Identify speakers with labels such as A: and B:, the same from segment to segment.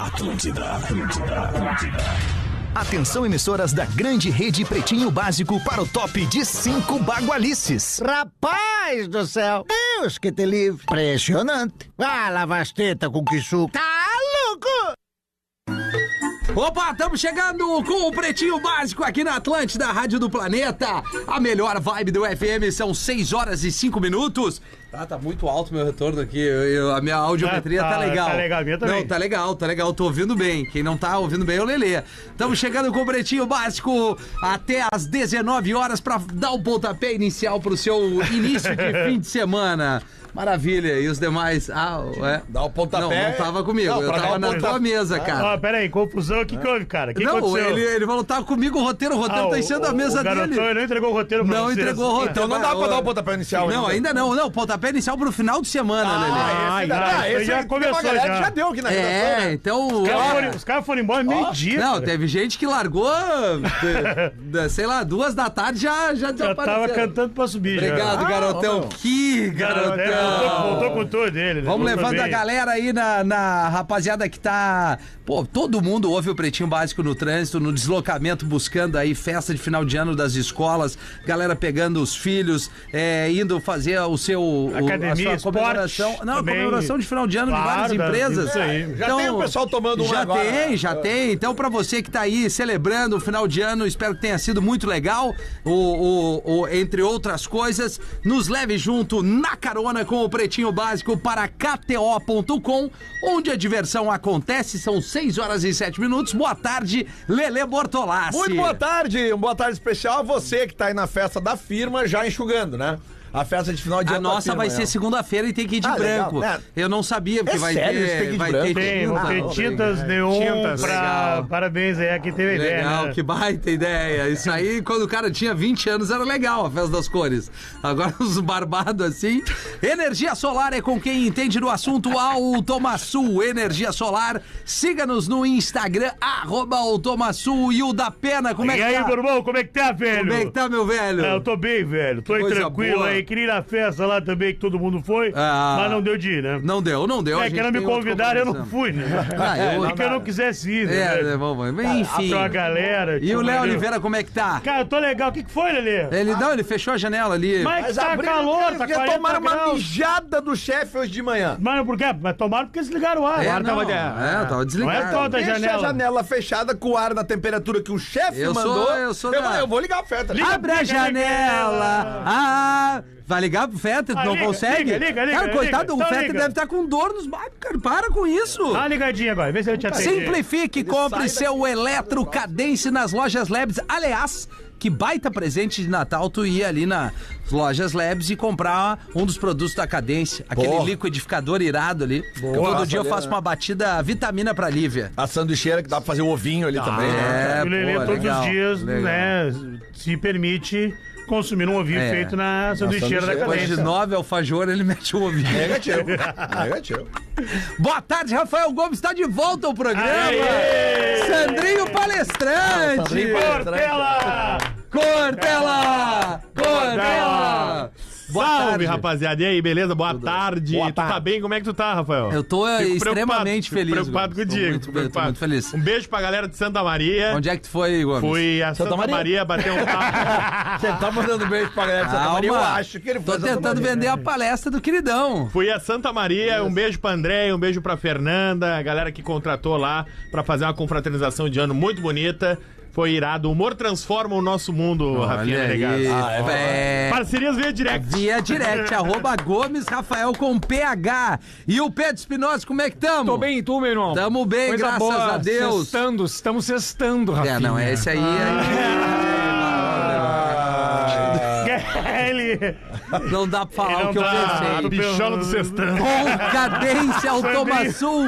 A: Atlântida, Atlântida, Atlântida. Atenção, emissoras da grande rede Pretinho Básico para o top de cinco bagualices.
B: Rapaz do céu! Deus que te livre! Impressionante! Ah, lavar as tetas com que suco! Tá louco!
C: Opa, estamos chegando com o Pretinho Básico aqui na Atlântida, Rádio do Planeta. A melhor vibe do FM são 6 horas e 5 minutos. Ah, tá muito alto meu retorno aqui. Eu- eu- a minha audiometria tá,
D: Tá- tá-
C: legal.
D: tá legal, a minha também.
C: Não, tá legal, tá legal. Tô ouvindo bem. Quem não tá ouvindo bem é o Lelê. Estamos chegando com o Pretinho Básico até às 19 horas pra dar o pontapé inicial pro seu início de fim de semana. Maravilha. E os demais? Ah, é.
E: Dá o pontapé.
C: Não, não um tava comigo.
E: Não,
C: eu
E: pra dar
C: tava
E: o
C: na
E: ponta-
C: tua mesa, cara.
D: Ah, peraí, confusão, o que, que houve, cara? O que
C: não,
D: aconteceu?
C: ele, ele falou, tá comigo o roteiro, o roteiro
D: Ah,
C: tá enchendo
D: o-
C: a mesa
D: o garotão,
C: dele.
D: ele não entregou o roteiro pra assim.
C: Não
D: vocês.
C: entregou o roteiro.
E: Então não dá
C: Não,
E: pra dar
C: eu-
E: o pontapé inicial. né?
C: Não, ainda não, não. Pontapé inicial é pro final de semana, Lelê.
D: Ah,
E: Esse,
D: já,
E: ah,
D: isso
E: esse
D: já
E: tem uma
D: começou,
E: galera que
D: já.
E: já deu aqui na redação,
C: É,
E: né?
C: então.
D: Os caras
C: ó,
D: foram- Os caras foram embora meio-dia.
C: Não,
D: cara.
C: teve gente que largou, de- de- sei lá, duas da tarde já, já
D: Já tava
C: desapareceram.
D: cantando pra subir.
C: Obrigado,
D: já. é,
C: garotão.
E: não.
C: Que
D: Voltou,
C: garotão.
D: voltou com tudo ele.
C: Vamos
D: voltou
C: levando
D: bem.
C: a galera aí na, na rapaziada que tá. Pô, todo mundo ouve o Pretinho Básico no trânsito, no deslocamento, buscando aí festa de final de ano das escolas, galera pegando os filhos, é, indo fazer o seu. o-
D: Academia,
C: a sua
D: esporte,
C: comemoração. Não, a
D: também.
C: comemoração de final de ano
D: Claro, É,
C: de várias empresas. Então,
D: isso aí.
E: Já tem o pessoal tomando um
C: Já
E: agora.
C: tem, já tem. Então, pra você que tá aí celebrando o final de ano, espero que tenha sido muito legal. O, o- o- entre outras coisas, nos leve junto na carona com o Pretinho Básico para KTO.com, onde a diversão acontece. São 6 horas e 7 minutos. Boa tarde, Lele Bortolassi.
E: Muito boa tarde, uma boa tarde especial a você que tá aí na festa da firma já enxugando, né? A festa de final de
C: A
E: ano. da
C: nossa
E: firma,
C: vai ser
E: né?
C: segunda-feira e tem que ir de
E: Ah, legal.
C: branco.
E: É.
C: Eu não sabia, porque
E: É
C: vai
E: sério? Isso tem que ir
C: ter. Ah,
E: de
C: vai
E: branco?
D: Tem, vão
C: tinta.
D: ter
E: não,
D: tintas neon
E: Tintas.
D: pra...
C: Legal.
D: Parabéns aí a quem teve a ideia,
C: Legal,
D: né?
C: que baita ideia. Isso aí, quando o cara tinha 20 anos, era legal a festa das cores. Agora os barbados assim. Energia solar é com quem entende do assunto Automaçul. Energia solar. Siga-nos no Instagram, arroba Automaçul e o da Pena. Como é
D: E
C: que
D: aí,
C: tá?
D: meu irmão, como é que tá, velho?
C: Como é que tá, meu velho?
D: Ah, eu tô bem, velho. Tô aí
C: Coisa
D: tranquilo
C: boa.
D: aí. Queria ir na festa lá também, que todo mundo foi,
C: Ah.
D: mas não deu de ir, né?
C: Não deu, não deu. Então a
D: é,
C: gente
D: que não me
C: tem outro
D: convidaram, eu não
C: compromisso.
D: fui, né?
C: Ah, eu-
D: é que eu não quisesse ir, né?
C: É, né,
D: velho?
C: vamos. Enfim.
D: Tinha uma galera.
C: E
D: tinha
C: o
D: um
C: Léo
D: galera.
C: Oliveira, É. como é que tá?
D: Cara, eu tô legal. O que, que foi, Lelê?
C: Ele, não, ele fechou a janela ali.
D: Mas,
E: Mas
D: tá
E: abriram,
D: calor, tá
E: porque
D: 40
E: tomaram uma
D: graus.
E: mijada do chefe hoje de manhã.
D: Mas por quê? Mas tomaram porque eles ligaram o ar.
C: É,
D: O ar
C: não,
D: tava de-
C: é, tava
D: Não
C: desligado.
D: é toda a
E: Deixa
D: janela.
E: a janela fechada com o ar na temperatura que o chefe
C: Eu sou-
E: mandou.
C: eu sou
E: eu,
C: da-
E: vou- eu vou ligar a oferta.
D: Liga-
C: Abre a janela! Ah, vai ligar pro Fetter, tu
D: Ah,
C: não
D: liga,
C: consegue?
D: liga, liga, liga,
C: cara,
D: liga.
C: coitado, o
D: Então
C: Fetter
D: liga. Ah,
C: deve estar com dor nos bagos, cara. Para com isso!
D: Dá uma ligadinha agora, vê se eu te atendo.
C: Simplifique, compre
E: sai
C: seu eletro cadence nas lojas Labs. Aliás, que baita presente de Natal tu ir ali nas lojas Labs e comprar um dos produtos da Cadence, aquele
E: Boa.
C: liquidificador irado ali. Todo
E: Nossa,
C: dia eu
E: ali,
C: faço
E: né?
C: uma batida vitamina pra Lívia. É,
E: A sanduicheira que dá pra fazer o ovinho
D: Tá.
E: ali também. né?
D: o Lelê
C: pô,
D: Ah, todos
C: legal,
D: os dias,
C: legal.
D: né, se permite consumir um ovinho
C: É.
D: feito na sanduicheira da
E: sanduicheira.
C: Depois de
D: cadência.
C: nove alfajor, ele mete o ouvido.
E: Negativo. Negativo.
C: Boa tarde, Rafael Gomes está de volta ao programa.
D: Aê!
C: Sandrinho Palestrante.
D: Portela!
C: Cortela! Cortela! Boa
F: Salve,
C: tarde.
F: rapaziada. E aí, beleza? Boa tarde.
E: Boa
F: tu tá
E: tarde.
F: bem? Como é que tu tá, Rafael?
C: Eu tô eh,
F: Fico
C: extremamente
F: preocupado, fico
C: feliz.
F: Preocupado
C: Gomes. Tô
F: contigo.
C: muito-
F: fico
C: tô
F: preocupado.
C: muito feliz.
F: Um beijo pra galera de Santa Maria.
C: Onde é que tu foi, Gomes?
F: Fui a Santa,
E: Maria.
F: Maria. bater um papo.
E: Você tá mandando beijo pra galera de Santa Maria? Eu acho que ele foi
C: Tô
E: a Santa
C: tentando
E: Maria.
C: vender a palestra do queridão.
F: Fui a Santa Maria, um beijo pra André, um beijo pra Fernanda, a galera que contratou lá pra fazer uma confraternização de ano muito bonita. Foi irado. O humor transforma o nosso mundo, Rafinha Menegazzi.
C: Ah, é verdade.
F: Parcerias via direct.
C: Via direct, arroba Gomes Rafael com PH. E o Pedro Espinosa, como é que tamo?
G: Tô bem, e tu, meu irmão?
C: Tamo bem, graças a Deus.
G: Sextando, estamos sextando, Rafinha. Ah.
C: É, não, é esse aí.
D: Ele...
C: aí não dá pra falar
D: Ele
C: o que eu
D: não tá-
C: pensei.
F: bichona do sextão.
C: Com cadência automaçul.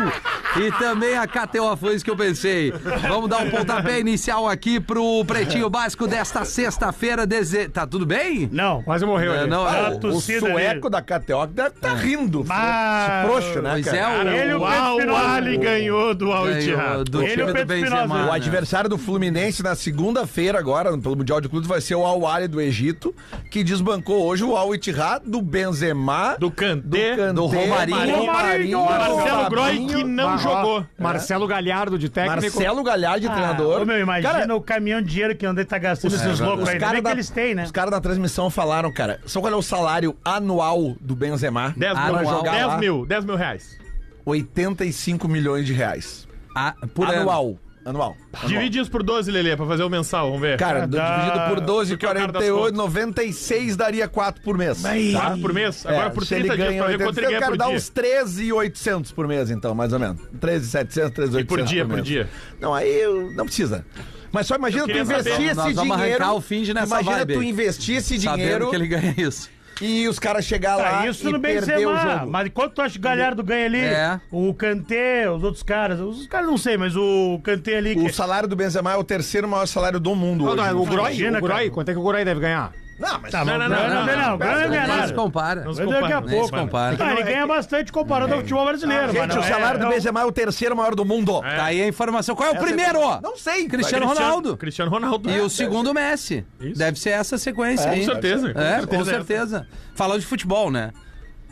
C: e também a KTO foi isso que eu pensei. Vamos dar um pontapé inicial aqui pro Pretinho Básico desta sexta-feira. Deze... Tá tudo bem?
D: Não.
G: Quase morreu
C: É,
G: ali.
C: não,
E: Ah,
F: Tá
C: é,
D: a
E: o- o
D: torcida
E: sueco da KTO que deve tá rindo.
D: Ah,
E: frouxo, né,
C: pois
E: cara?
C: é, o-
D: Ele, o
F: Uau,
D: Pedro Finale,
F: uau.
D: ganhou do Al
C: Ganhou
D: Ittihad.
C: do
D: Ele e
C: time
D: o
C: do
D: Pedro
C: Benzema.
D: Finale.
E: O
C: Ah, né?
E: adversário do Fluminense na segunda-feira agora, pelo Mundial de Clubes, vai ser o Al Ahly do Egito, que desbancou hoje o Al Ittihad do Benzema,
F: Do Kanté,
E: Kanté,
C: do Romarinho.
D: Romarinho,
E: do
F: Marcelo Groy,
E: Fabinho,
F: que não jogou.
G: Marcelo Galhardo de técnico.
E: É. Marcelo Galhardo de
C: Ah,
E: treinador.
D: Ô, meu, imagina
E: Cara,
D: o caminhão de dinheiro que André tá gastando esses loucos
E: os
D: aí. Ainda
E: caras
D: bem
E: da,
D: que eles têm, né?
E: os caras da transmissão falaram, cara, só qual é o salário anual do Benzema?
F: 10
C: Ah,
E: pra
C: anual.
F: mil,
E: jogar
F: 10
E: lá,
F: mil, 10 mil reais.
E: 85 milhões de reais.
C: Ah, por ano.
E: anual. Anual.
F: Divide isso por 12, Lelê, pra fazer o mensal, vamos ver.
E: Cara, do-
D: dá-
E: dividido por 12,
F: Porque o cara das
E: 48,
F: contas.
E: 96 daria 4 por mês. tá?
F: 4 por mês?
E: É,
F: Agora por
E: se ele
F: 30 dias
E: ganha
F: pra ver quanto
E: 80,
F: ele ganha
E: Cara,
F: por
E: dá
F: dia.
E: uns 13,800 por mês, então, mais ou menos. 13,700, 13,800
F: por dia, por
E: mês.
F: dia?
E: Não, aí eu- não precisa. Mas só imagina tu
F: queria
E: investir
F: saber.
E: esse
C: Nós vamos
E: dinheiro.
C: arrancar o fim de nessa
E: imagina
C: vibe
E: tu
C: aí.
E: investir esse
C: Sabendo
E: dinheiro
C: que ele ganha isso.
E: e os caras chegar lá
D: Tá, isso
E: e
D: no
E: perder o
D: Benzema.
E: jogo.
D: Mas quanto tu acha que o Galhardo ganha ali?
C: É.
D: O Kanté, os outros caras. Os caras não sei, mas o Kanté ali.
E: O
D: que-
E: salário do Benzema é o terceiro maior salário do mundo
G: Não,
E: hoje.
G: não, o Groy,
D: Imagina,
G: o Groy,
D: cara.
G: quanto é que o Groy deve ganhar?
E: Não, mas...
D: Tá, mas
F: Não,
D: não,
F: não,
D: ganha,
F: não,
D: não, ganha, não, ganha,
C: Não,
D: ganha
C: não se
D: nada.
C: compara.
F: Não se
D: Mas daqui a
F: compara,
D: pouco.
C: se compara.
D: Ah, ele ganha bastante comparado ao futebol brasileiro. mas
E: é Gente,
D: não
E: o
D: é-
E: salário do
D: não-
E: Benzema é o terceiro maior do mundo.
F: É.
C: Tá aí a informação. Qual é o
E: Essa é-
C: primeiro?
E: Não sei.
C: Cristiano Ronaldo.
F: Cristiano Ronaldo.
C: E
F: É,
C: o segundo, o Messi.
F: Isso.
C: Deve ser essa a sequência
F: Com
C: aí.
F: certeza.
C: É, com
F: é essa.
C: certeza. Falando de futebol, né?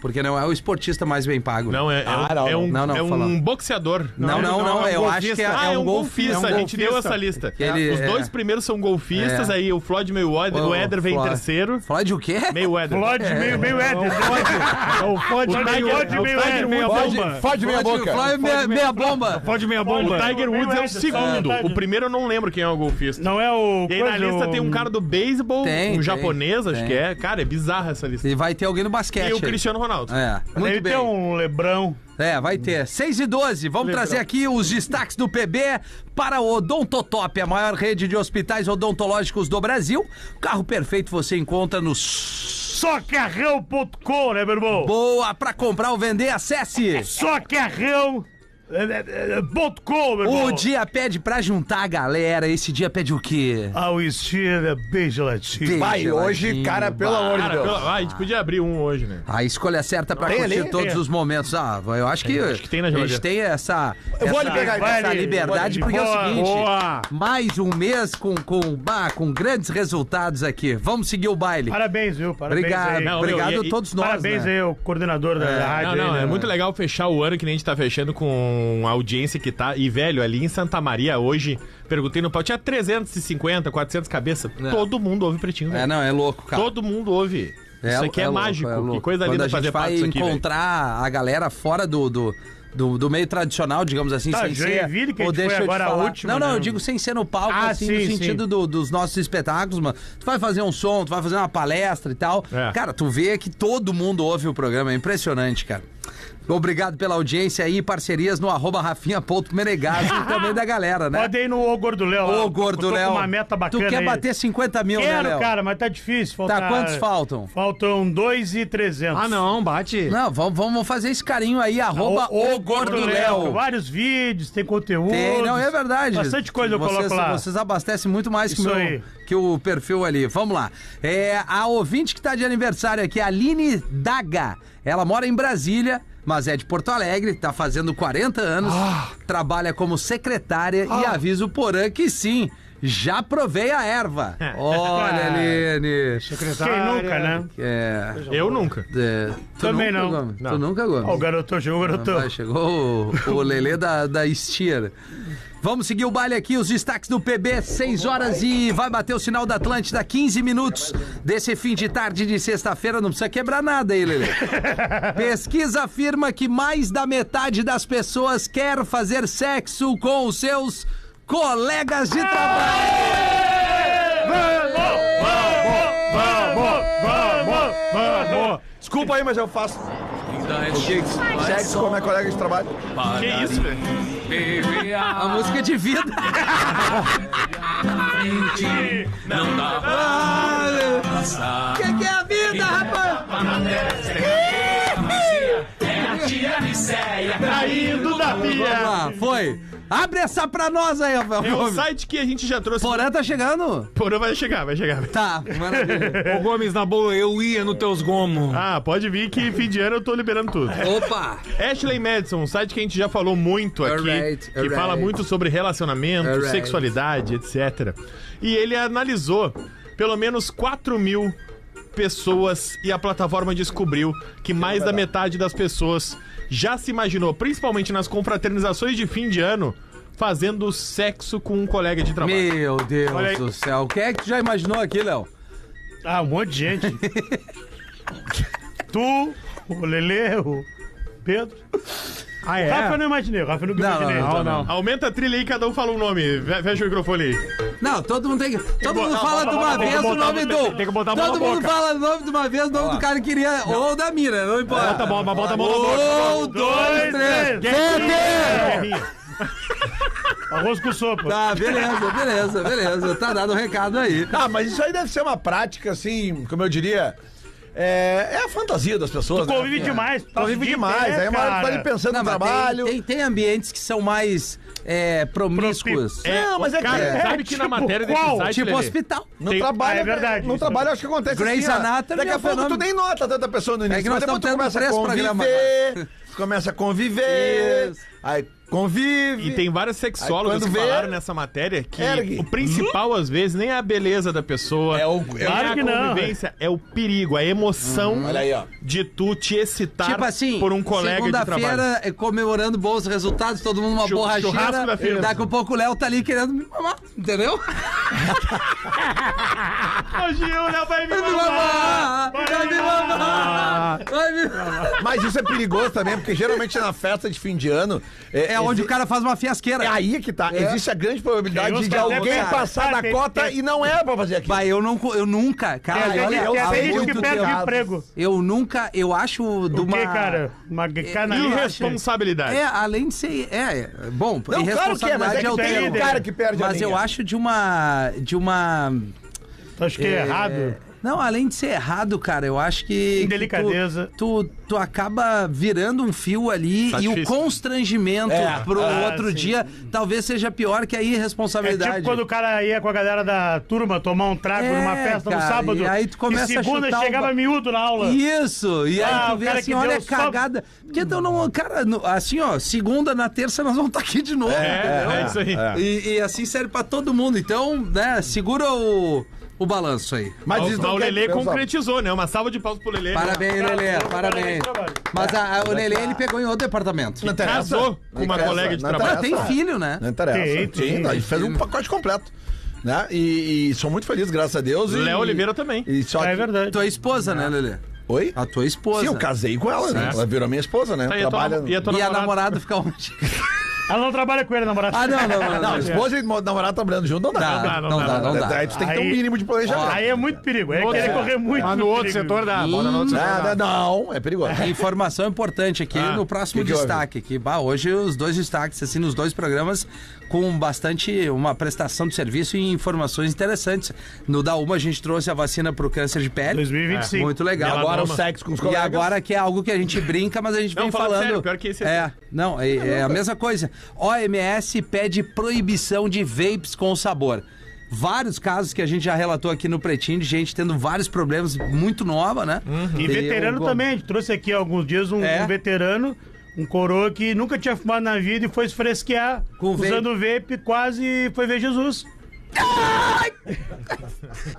C: Porque não é o esportista mais bem pago. né?
F: Não, é, é, um-
E: Ah, não,
F: é um,
C: não, não,
F: é um
C: falando.
F: boxeador.
C: Não, não, não.
F: é um
C: eu acho que é,
F: golfista. Ah,
C: é um golfista.
F: golfista.
C: É um
F: a gente deu essa lista.
C: Ele-
F: Os dois
C: é.
F: primeiros são golfistas,
C: É.
F: aí o Floyd Mayweather, o
C: Ô,
F: Éder vem em
C: Floyd.
F: terceiro.
C: Floyd o quê?
F: Mayweather.
D: Floyd meio, meio
E: é
D: Éder.
E: um
D: É o Floyd
F: O Tiger-
D: meio Éder.
F: o
D: meio
F: Tiger
D: Éder.
F: meio
D: Floyd-
E: Fode, fode minha
C: Floyd,
E: boca.
C: Floyd, meia, meia bomba.
G: Pode meia
F: O
G: bomba.
F: Tiger
D: Meio
F: Woods é o
D: Éder, só
F: segundo.
D: metade.
F: O primeiro eu não lembro quem é o golfista.
D: Não é o.
F: E aí na
D: coisa,
F: lista
D: o-
F: tem um cara do beisebol,
C: Tem,
F: um
C: tem,
F: japonês, acho
C: tem.
F: que é. Cara, é bizarra essa lista.
C: E vai ter alguém no basquete.
F: E o
C: aí.
F: Cristiano Ronaldo.
C: É,
D: Deve
C: muito bem.
D: ter um Lebrão.
C: É, vai ter. 6 e 12. Vamos trazer aqui os destaques do PB para o Odontotop, a maior rede de hospitais odontológicos do Brasil. O carro perfeito você encontra no
D: Socarrão.com, né, meu irmão?
C: Boa pra comprar ou vender, acesse.
D: Socarrão. é, é, é, ponto com, meu irmão.
C: O dia pede pra juntar a galera. Esse dia pede o quê?
D: Ao estira bem gelatinho.
E: Vai, hoje,
C: Geladinho,
E: cara, pelo amor de
F: Cara,
E: Deus.
F: pelo- ah, a gente podia abrir um hoje, né?
C: A escolha certa pra
E: Tem
C: curtir
E: ali?
C: todos
D: Tem.
C: os momentos. Ah, eu acho que,
F: acho que tem na
C: a gente
F: geladeira.
C: tem essa,
E: Eu vou
C: essa,
E: ali pegar ali.
D: Vai
C: essa
D: ali,
C: liberdade,
D: vou
C: porque
D: ali.
C: é o
D: Boa,
C: seguinte:
G: boa.
C: mais um mês com, com, bah, com grandes resultados aqui. Vamos seguir o baile.
D: Parabéns, viu? Parabéns
C: obrigado,
D: aí.
F: Não,
C: obrigado
F: meu,
C: a
F: e-
C: todos nós.
D: Parabéns
C: né?
D: aí, o coordenador da da rádio.
F: Não, não,
D: aí,
F: é
D: né?
F: muito legal fechar o ano que nem a gente tá fechando com a audiência que tá. E, velho, ali em Santa Maria hoje, perguntei no pau, tinha 350, 400 cabeças.
C: É.
F: Todo mundo ouve pretinho,
C: É,
F: velho.
C: não, é louco, cara.
F: Todo mundo ouve. isso aqui é,
C: louco,
F: mágico.
C: é louco.
F: que coisa
C: Quando
F: linda
C: a gente
F: fazer parte
C: vai
F: disso aqui, velho.
C: encontrar a galera fora do, do, do, do meio tradicional, digamos assim,
D: Tá,
C: sem ser...
D: Joinville, que a
C: ou
D: gente foi
C: deixa eu te
D: agora a
C: falar.
D: última,
C: Não, não,
D: né?
C: eu digo sem ser no palco,
D: Ah,
C: assim,
D: sim,
C: no
D: sim.
C: sentido do- dos nossos espetáculos, mano. Tu vai fazer um som, tu vai fazer uma palestra e tal.
F: É.
C: Cara, tu vê que todo mundo ouve o programa, é impressionante, cara. Obrigado pela audiência aí, parcerias no arroba rafinha.menegaso e também da galera, né?
D: Pode ir no Ô Gordo Léo. lá.
C: Ô, gordo
D: Eu tô
C: Léo.
D: com uma meta bacana
C: Tu quer
D: aí.
C: bater 50 mil, né,
D: Quero,
C: Léo?
D: cara, mas tá difícil. Faltar...
C: Tá, quantos faltam?
D: Faltam 2,300.
G: Ah, não, bate.
C: Não, vamos, vamos fazer esse carinho aí, arroba o, Gordo Léo.
D: Vários vídeos, tem conteúdo.
C: Tem, não, é verdade.
D: Bastante coisa eu coloco
C: Vocês-
D: lá.
C: Vocês abastecem muito mais que, o
D: Isso
C: meu-
D: aí.
C: que o perfil ali. Vamos lá. É, a ouvinte que está de aniversário aqui, a Aline Daga. Ela mora em Brasília, mas é de Porto Alegre, está fazendo 40 anos,
D: Ah.
C: trabalha como secretária e avisa o Porã que sim. Já provei a erva. Olha,
D: Ah.
C: Aline.
D: Quem nunca, né?
C: É,
F: Eu nunca.
C: é, tu
D: Também
C: nunca,
D: não.
C: Gomes? Tu
F: Não.
C: nunca, Gomes?
D: Ó, o garotão, chegou o garotão.
C: Vai, chegou o, o Lelê da, da Estier. Vamos seguir o baile aqui, os destaques do PB, 6 horas e vai bater o sinal da Atlântida, 15 minutos desse fim de tarde de sexta-feira. Não precisa quebrar nada aí, Lelê. Pesquisa afirma que mais da metade das pessoas quer fazer sexo com os seus colegas de trabalho.
D: Vamos, vamos, vamos.
E: Desculpa aí, mas eu faço.
H: é
E: Sexo com minha colega de trabalho.
F: Que isso, velho?
C: A música de vida.
H: Não dá pra
C: O que, que é a vida, rapaz?
H: matéria, é macia, é Tira a micéia,
F: Saindo da
C: Vamos
F: pia.
C: lá, foi. Abre essa pra nós aí, Rafael
F: É um
C: Gomes.
F: site que a gente já trouxe.
C: Porã tá chegando?
F: Porã vai chegar, vai chegar.
C: Tá, maravilha.
G: Ô Gomes, na boa, eu ia no teus gomos.
F: Ah, pode vir que fim de ano eu tô liberando tudo.
C: Opa!
F: É. Ashley Madison, um site que a gente já falou muito aqui,
C: Alright,
F: que
C: alright.
F: fala muito sobre relacionamento,
C: Alright.
F: sexualidade, etc. E ele analisou pelo menos 4 mil pessoas e a plataforma descobriu que mais da metade das pessoas já se imaginou, principalmente nas confraternizações de fim de ano, fazendo sexo com um colega de trabalho.
C: Meu
F: Olha aí.
C: Deus do céu. O que é que tu já imaginou aqui, Léo?
D: Ah, um monte de gente. tu, o Lele, o Pedro.
G: Ah,
D: O Rafa eu não imaginei, o Rafa eu nunca
C: é? Não,
D: imaginei.
C: não, não, não.
F: Aumenta a trilha aí, cada um fala um nome. Ve- Fecha o microfone aí.
C: Não, todo mundo tem que. Todo mundo
D: botar-
C: fala
D: bota-
C: de uma
D: bota-
C: vez
D: tem
C: o
D: que botar-
C: nome
D: tem-
C: do.
D: tem que botar a mão
C: Todo
D: na
C: mundo
D: boca.
C: fala o nome de uma vez, o nome do cara que queria. Ou da mira, não importa.
D: Bota
F: Tá
D: a mão, bota a mão na boca.
C: Um, dois, três. Peter!
D: Guerrinha. Arroz com sopa.
C: é? Tá, beleza, beleza, beleza. Tá dado o recado aí.
E: Ah, mas isso aí deve ser uma prática, assim, como eu diria. É, é a fantasia das pessoas. né?
C: tá.
D: Convive demais. tá
E: Convive demais.
C: é
E: Aí uma hora tu tá ali pensando
C: Não,
E: no
C: mas tem-
E: trabalho.
C: Tem, tem ambientes que são mais é, promíscuos.
E: É, Não, mas é que-
F: cara,
E: é,
F: sabe que na
D: tipo,
F: matéria desse
D: qual?
F: site,
C: Tipo
F: Lelê?
C: hospital.
E: No
D: Tem-
E: trabalho,
D: Ah, é verdade,
E: No
D: isso.
E: trabalho, acho que acontece assim,
C: Grey's
E: ó,
C: Anatomy
E: Daqui
C: é
E: a
C: um
E: pouco tu
C: fenômeno.
E: nem nota tanta pessoa no
C: É que
E: início,
C: nós
E: mas depois tu
C: estamos
E: começa
C: tendo
E: a
C: três programas
E: conviver, começa a conviver,
C: Isso.
E: aí convive.
F: E tem vários
E: Aí
F: sexólogos
E: quando
F: que
E: vê,
F: falaram nessa matéria que
E: ergue.
F: o principal, às vezes, nem é a beleza da pessoa,
E: É o- é o-
F: nem
D: Claro que
F: a
D: não,
F: convivência, é o perigo, a emoção
E: Hum, Olha aí, ó.
F: de tu te excitar
C: Tipo assim,
F: por um colega de trabalho.
C: segunda-feira eh, comemorando bons resultados, todo mundo uma
F: Chu- churrasco da
C: borracheira.
F: feira.
C: Daqui a pouco o Léo tá ali querendo me mamar, entendeu?
F: Ô, Gil, não vai me
C: Vai me mamar! Vai me mamar! Vai me mamar!
E: Mas isso é perigoso também, porque geralmente na festa de fim de ano. É,
C: É onde o
E: exi-
C: cara faz uma fiasqueira.
E: É aí que tá. Existe a grande probabilidade
D: Tem uns
E: de
D: que até
E: alguém
D: pensar,
E: passar da
D: tem-
E: cota
D: tem-
E: e não é pra fazer aquilo.
C: Vai, eu não. co- Eu nunca, cara.
F: É,
D: Tem
C: olha,
D: É, gente- tem
C: há
D: até gente
C: muito
D: que perde
C: tempo.
D: o emprego.
C: Eu nunca, eu acho de
D: O
C: uma.
D: que, cara? Uma É canalice.
F: Irresponsabilidade.
C: É, além de ser. É, é, bom,
E: Não, claro que é, mas é
C: irresponsabilidade
E: que
C: é o
E: tem
D: um
C: termo.
E: cara que perde a
C: Mas eu
E: linha.
C: acho de uma. De uma.
D: Tu acha que é errado?
C: Não, além de ser errado, cara, eu acho que.
D: Indelicadeza.
C: que Tu, tu, tu acaba virando um fio ali
F: Tá
C: e
F: difícil. É.
C: o constrangimento pro outro dia talvez seja pior que a
D: Ah, É
C: irresponsabilidade.
D: tipo quando o cara ia com a galera da turma tomar um trago
C: É,
D: numa festa no
C: cara,
D: sábado.
C: e aí tu começa a
D: segunda
C: chutar o
D: chegava
C: ba-
D: miúdo na aula.
C: Isso, e aí
D: Ah,
C: tu
D: o
C: vê
D: cara
C: assim,
D: que
C: olha
D: deu
C: a
D: só-
C: cagada. Porque então não, cara, no- assim, ó, segunda, na terça nós vamos estar aqui de novo.
F: É,
C: entendeu?
F: é isso aí.
C: E, e assim serve pra todo mundo. Então, né, segura o, o balanço aí.
E: Mas
F: Mas
E: isso
F: o
E: não quer-
F: Lelê
E: Pessoal,
F: concretizou, né? Uma salva de palmas pro Lelê.
C: Parabéns, Lelê, parabéns.
D: trabalho.
C: Mas a, a-
F: é
C: o
F: tá?
C: Lelê, ele pegou em outro departamento.
E: Não interessa.
F: Casou com
E: Não
F: uma
E: interessa,
F: colega de
E: não
F: trabalho.
C: Ah,
E: interessa.
C: tem filho, né?
E: Não interessa.
D: Tem, tem.
E: Sim, a gente fez um pacote completo. Né? E, e sou muito feliz, graças a Deus. e-
F: Léo Oliveira também.
E: E só
D: É
E: que-
D: verdade.
C: Tua esposa, né, Lelê?
E: Oi?
C: A tua esposa.
E: Sim, eu casei com ela, né? Ela virou minha esposa, né?
F: Tá, e a tua-
E: Trabalha.
F: e a tua
C: E a
F: namorada?
C: namorada fica onde?
D: Ela não trabalha com ele, namorado.
C: Ah, não, não, não.
E: Não,
C: não.
E: esposa e namorado trabalhando junto não dá. né?
C: Dá,
F: não
C: não
F: dá,
C: dá, não dá.
E: Aí tu tem que ter um
D: Aí-
E: mínimo de planejamento.
D: Aí é muito perigo. É querer correr muito.
G: Mas Tá no
D: muito
G: outro
D: perigo.
G: setor dá. Bota
D: é
G: no outro setor.
E: Nada,
G: dá.
E: não, é perigoso.
C: Informação importante aqui no próximo
E: que que houve?
C: destaque. Ah, Que, bah, hoje os dois destaques, assim, nos dois programas, com bastante uma prestação de serviço e informações interessantes. No da Uma a gente trouxe a vacina pro câncer de pele.
G: É,
D: 2025.
C: Muito legal.
E: Agora o sexo com os
C: E
E: colegas.
C: agora que é algo que a gente brinca, mas a gente
F: Não,
C: vem
F: falando
C: falando.
F: sério, pior que esse é
C: é, não, é, é a mesma coisa. OMS pede proibição de vapes com sabor. Vários casos que a gente já relatou aqui no Pretinho, de gente tendo vários problemas, muito nova, né?
D: Uhum. E veterano
C: o-
D: também. A gente trouxe aqui há alguns dias um,
C: É.
D: um veterano, um coroa que nunca tinha fumado na vida e foi se fresquear
C: Com vape.
D: usando vape. quase foi ver Jesus.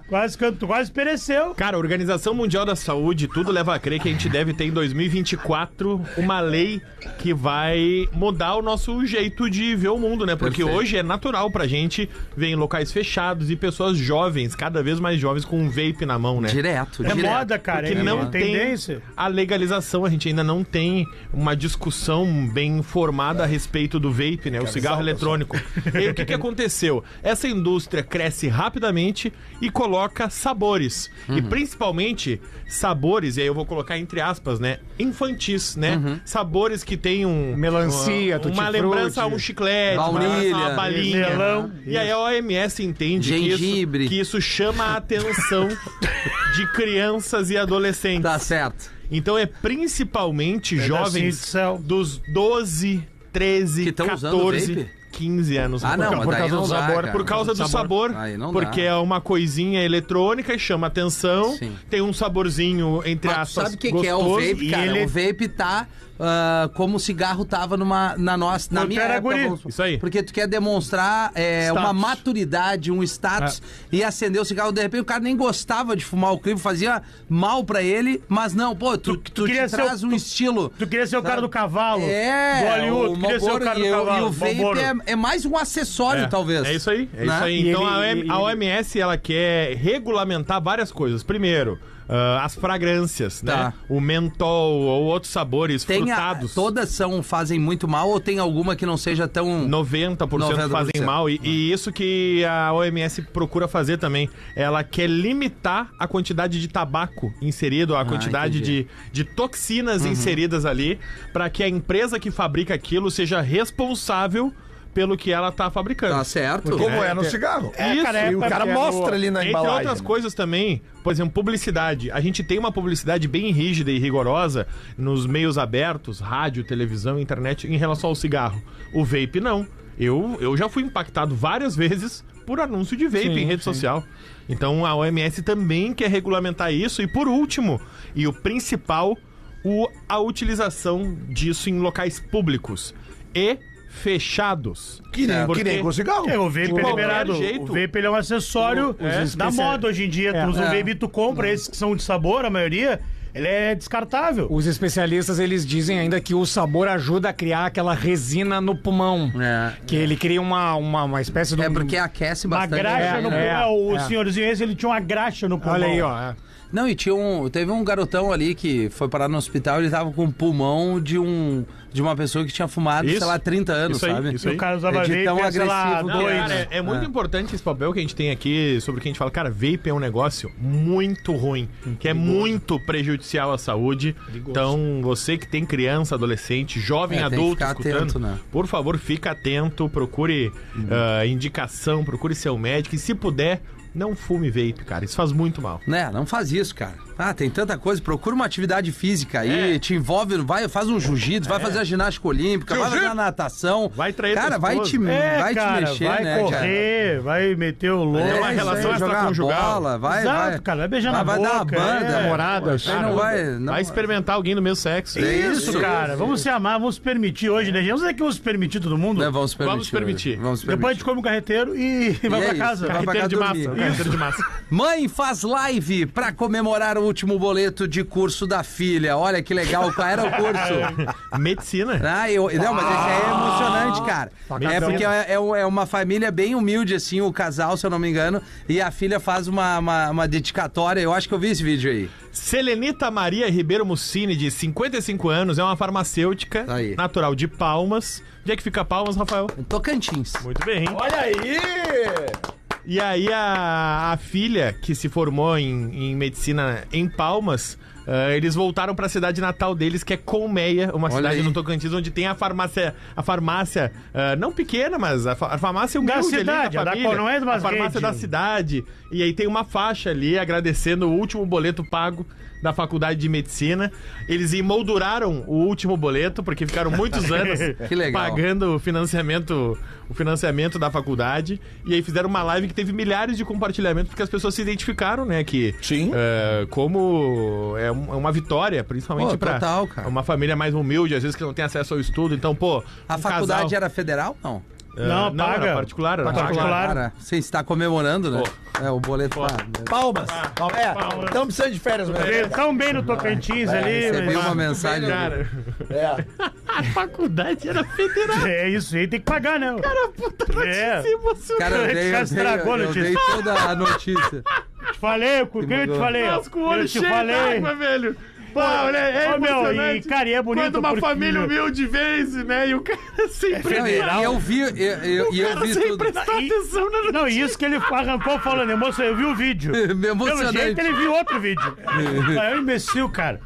D: quase, canto, quase pereceu.
F: Cara, a Organização Mundial da Saúde, tudo leva a crer que a gente deve ter em 2024 uma lei que vai mudar o nosso jeito de ver o mundo, né? Porque
C: Perfeito.
F: hoje é natural pra gente ver em locais fechados e pessoas jovens, cada vez mais jovens, com um vape na mão, né?
C: Direto,
D: É
C: direto.
D: moda, cara.
F: Que
D: é
C: Né,
F: não
D: moda.
F: tem
D: tendência.
F: a legalização, a gente ainda não tem uma discussão bem formada a respeito do vape, né? O cigarro eletrônico. E aí, o que, que aconteceu? Essa indústria cresce rapidamente e coloca sabores. E principalmente sabores, e aí eu vou colocar entre aspas, né? Infantis, né? Sabores que tem um.
G: Melancia,
F: uma, uma
G: tutti-frutti.
F: lembrança a um chiclete, uma lembrança a
C: Baunilha.
F: uma balinha.
D: Melão.
F: E aí a OMS entende que
C: Gengibre.
F: isso, que isso chama a atenção de crianças e adolescentes.
C: Tá certo.
F: Então é principalmente
D: Pedacinho de
F: jovens
D: céu.
F: dos 12, 13,
C: Que tão usando
F: 14,
C: vape?
F: 15 anos.
C: Ah, não,
F: Por
C: mas
F: causa-
C: daí
D: causa
C: não
D: do
C: dá,
D: sabor,
C: cara.
F: por causa do sabor,
C: Aí não
F: porque
C: dá.
F: é uma coisinha eletrônica e chama atenção,
C: Sim.
F: tem um saborzinho entre
C: Mas tu
F: aspas
C: sabe o que, que é o
F: gostoso.
C: vape,
D: e
C: cara?
D: ele-
C: O vape tá ah, como o cigarro tava numa, na nossa, na
D: Quando
C: minha
D: tu era
C: época.
D: guri.
C: vamos supor.
F: Isso aí.
C: Porque tu quer demonstrar é,
F: Status.
C: uma maturidade, um status
D: É.
C: e acender o cigarro. De repente o cara nem gostava de fumar o clipe, fazia mal pra ele, mas não, pô, tu, tu,
D: queria
C: te
D: ser
C: traz
D: o-
C: um estilo.
D: Tu queria ser o cara
C: Sabe?
D: do cavalo.
C: É,
D: Do Hollywood.
C: o
D: tu queria ser o
C: Marlboro
D: cara
C: e,
D: do
C: o-
D: cavalo.
C: e o vape
D: Marlboro.
C: é, é mais um acessório,
F: É,
C: talvez.
F: É isso aí, é
C: Né?
F: isso aí.
G: E
F: Então
G: ele-
F: a, OM-
G: e
F: a
G: ele-
F: OMS ela quer regulamentar várias coisas. Primeiro, ah, as fragrâncias,
C: Tá.
F: né? O mentol ou outros sabores
C: Tem a,
F: frutados.
C: todas são, fazem muito mal ou tem alguma que não seja tão...
F: 90%,
C: 90%.
F: fazem mal. E,
C: Ah.
F: e isso que a OMS procura fazer também. Ela quer limitar a quantidade de tabaco inserido, a quantidade
C: Ah, entendi. Uhum.
F: de, de toxinas inseridas ali, para que a empresa que fabrica aquilo seja responsável pelo que ela tá fabricando.
C: Tá certo?
D: né?
E: Como é no cigarro.
F: Isso.
D: é
E: E o cara mostra ali na
F: Entre
E: embalagem.
F: outras coisas também, por exemplo, publicidade. A gente tem uma publicidade bem rígida e rigorosa nos meios abertos, rádio, televisão, internet, em relação ao cigarro. O vape não. Eu, eu já fui impactado várias vezes por anúncio de vape em rede social. Então a OMS também quer regulamentar isso. E por último, e o principal, o, a utilização disso em locais públicos e fechados.
E: Que nem, que
F: Porque-
E: nem com cigarro.
D: É, o vape é
F: qualquer
D: liberado.
F: jeito.
D: O vape ele é um acessório
G: O- os
D: é, da
G: especiais.
D: moda hoje em dia.
G: É.
D: tu usa o
C: É.
D: vape e tu compra, esses que são de sabor, a maioria, ele é descartável.
G: Os especialistas eles dizem ainda que o sabor ajuda a criar aquela resina no pulmão.
C: É.
G: Que ele cria uma, uma, uma espécie de.
C: É
G: um-
C: porque aquece
D: Uma
C: bastante.
D: graxa
C: É,
D: no
C: né?
D: pulmão.
G: é,
D: o
G: é.
D: senhorzinho esse, ele tinha uma graxa no pulmão.
G: Olha aí, ó.
C: Não, e tinha um. Teve um garotão ali que foi parar no hospital, ele tava com o pulmão de um. De uma pessoa que tinha fumado,
F: Isso.
C: sei lá, 30 anos,
F: Isso aí,
C: sabe?
F: isso
D: E o cara usava
C: É de
D: vape,
C: tão
D: é, sei lá,
C: agressivo
F: Não,
C: Dois.
F: cara, é, é muito
C: É.
F: importante esse papel que a gente tem aqui sobre o que a gente fala. Cara, vape é um negócio muito ruim, que é muito prejudicial à saúde. Então, você que tem criança, adolescente, jovem,
C: É, tem que
F: adulto
C: ficar
F: escutando,
C: atento, né? Uhum.
F: por favor, fica atento, procure ah, indicação, procure seu médico e, se puder, não fume vape, cara. Isso faz muito mal.
C: Né, não faz isso, cara. Ah, tem tanta coisa. Procura uma atividade física aí, te envolve, vai, faz um jiu-jitsu, vai fazer a ginástica olímpica, vai fazer a natação.
F: Vai trair
C: Cara,
F: tua
C: vai
F: esposa.
C: te,
D: É,
C: vai
D: cara,
C: te mexer,
D: vai
C: né,
D: correr, É vai meter o louco.
C: cara?
F: uma
C: isso
F: relação
C: aí, jogar uma
F: extraconjugal.
C: bola, vai,
D: Exato,
C: vai.
D: cara, vai beijar na
C: vai, Vai
D: boca,
C: dar uma banda.
D: é.
G: Namoradas.
C: Aí não vai... Não...
F: Vai experimentar alguém do mesmo sexo.
C: É
D: Isso, cara. Vamos se amar, vamos se permitir hoje, né? gente? Vamos dizer que vamos se permitir todo mundo.
C: Né, vamos permitir.
F: Vamos permitir.
C: Vamos permitir.
D: Depois a gente come o carreteiro e vai
C: é
D: pra
C: isso,
D: casa.
C: vai pra
F: Carreteiro de massa.
C: dormir.
F: Carreteiro de massa.
C: Mãe faz live pra comemorar o último boleto de curso da filha. Olha que legal, qual era o
F: É.
C: curso?
F: Medicina.
C: Ah, eu, não, mas esse aí é emocionante, cara. É porque é, é um- é uma família bem humilde, assim, o casal, se eu não me engano, e a filha faz uma, uma, uma dedicatória. Eu acho que eu vi esse vídeo aí.
F: Selenita Maria Ribeiro Mussini, de 55 anos, é uma farmacêutica
C: Tá aí.
F: natural de Palmas. Onde é que fica Palmas, Rafael?
C: Tocantins.
F: Muito bem.
E: Olha aí!
F: E aí, a, a filha que se formou em, em medicina em Palmas, ah, eles voltaram pra cidade natal deles, que é Colmeia, uma
C: Olha
F: cidade
C: aí.
F: no Tocantins, onde tem a farmácia, a farmácia ah, não pequena, mas a, fa- a farmácia humilde
D: Da
F: ali
D: cidade, a da
F: família,
D: co- não é de
F: a
D: umas
F: farmácia
D: redes.
F: da cidade. E aí tem uma faixa ali agradecendo o último boleto pago da faculdade de medicina. Eles emolduraram o último boleto porque ficaram muitos anos
C: Que legal.
F: pagando o financiamento, o financiamento da faculdade. E aí fizeram uma live que teve milhares de compartilhamentos porque as pessoas se identificaram, né, que
E: Sim.
F: é, como é um- é uma vitória, principalmente
C: Pô,
F: pra
C: total, cara.
F: uma família mais humilde, às vezes que não tem acesso ao estudo, então, pô, Eh,
C: A faculdade era federal? Não.
D: Não,
F: não, era
D: paga.
F: particular, era
D: Particular.
F: particular.
C: Cara, você está comemorando, né? É, o boleto. Ah,
E: Palmas. É, estamos precisando de férias, né?
D: Eles
E: mesmo.
D: estão bem no Tocantins ali.
C: recebi
D: mas-
C: uma mensagem.
F: Cara,
E: É.
F: a faculdade era federal.
D: É isso, aí tem que pagar, né?
F: Cara, puta
D: É.
F: notícia emocionante.
C: Cara, eu
D: Ele
C: dei,
D: já
C: eu dei-
D: estragou a
C: eu
D: notícia.
C: dei toda a notícia.
D: Te falei, por que eu te falei? ó.
F: Nossa, com o olho
D: eu te
F: cheio
D: falei.
F: d'água, velho. Pô,
D: Pô,
F: olha, é
D: ô, meu,
F: emocionante.
D: e, cara, e é bonito
F: Quando uma
D: porque-
F: família humilde vence, né? E o cara sempre...
C: Não, e, é um e eu vi, eu, eu, e
F: o
C: eu
F: cara
C: vi
F: sem
C: tudo.
F: prestar
D: E-
F: atenção na
D: Não, e isso que ele arrancou falando, moça, eu vi o vídeo.
C: Me
D: Pelo jeito,
C: emocionante.
D: ele viu outro vídeo. é um imbecil, cara.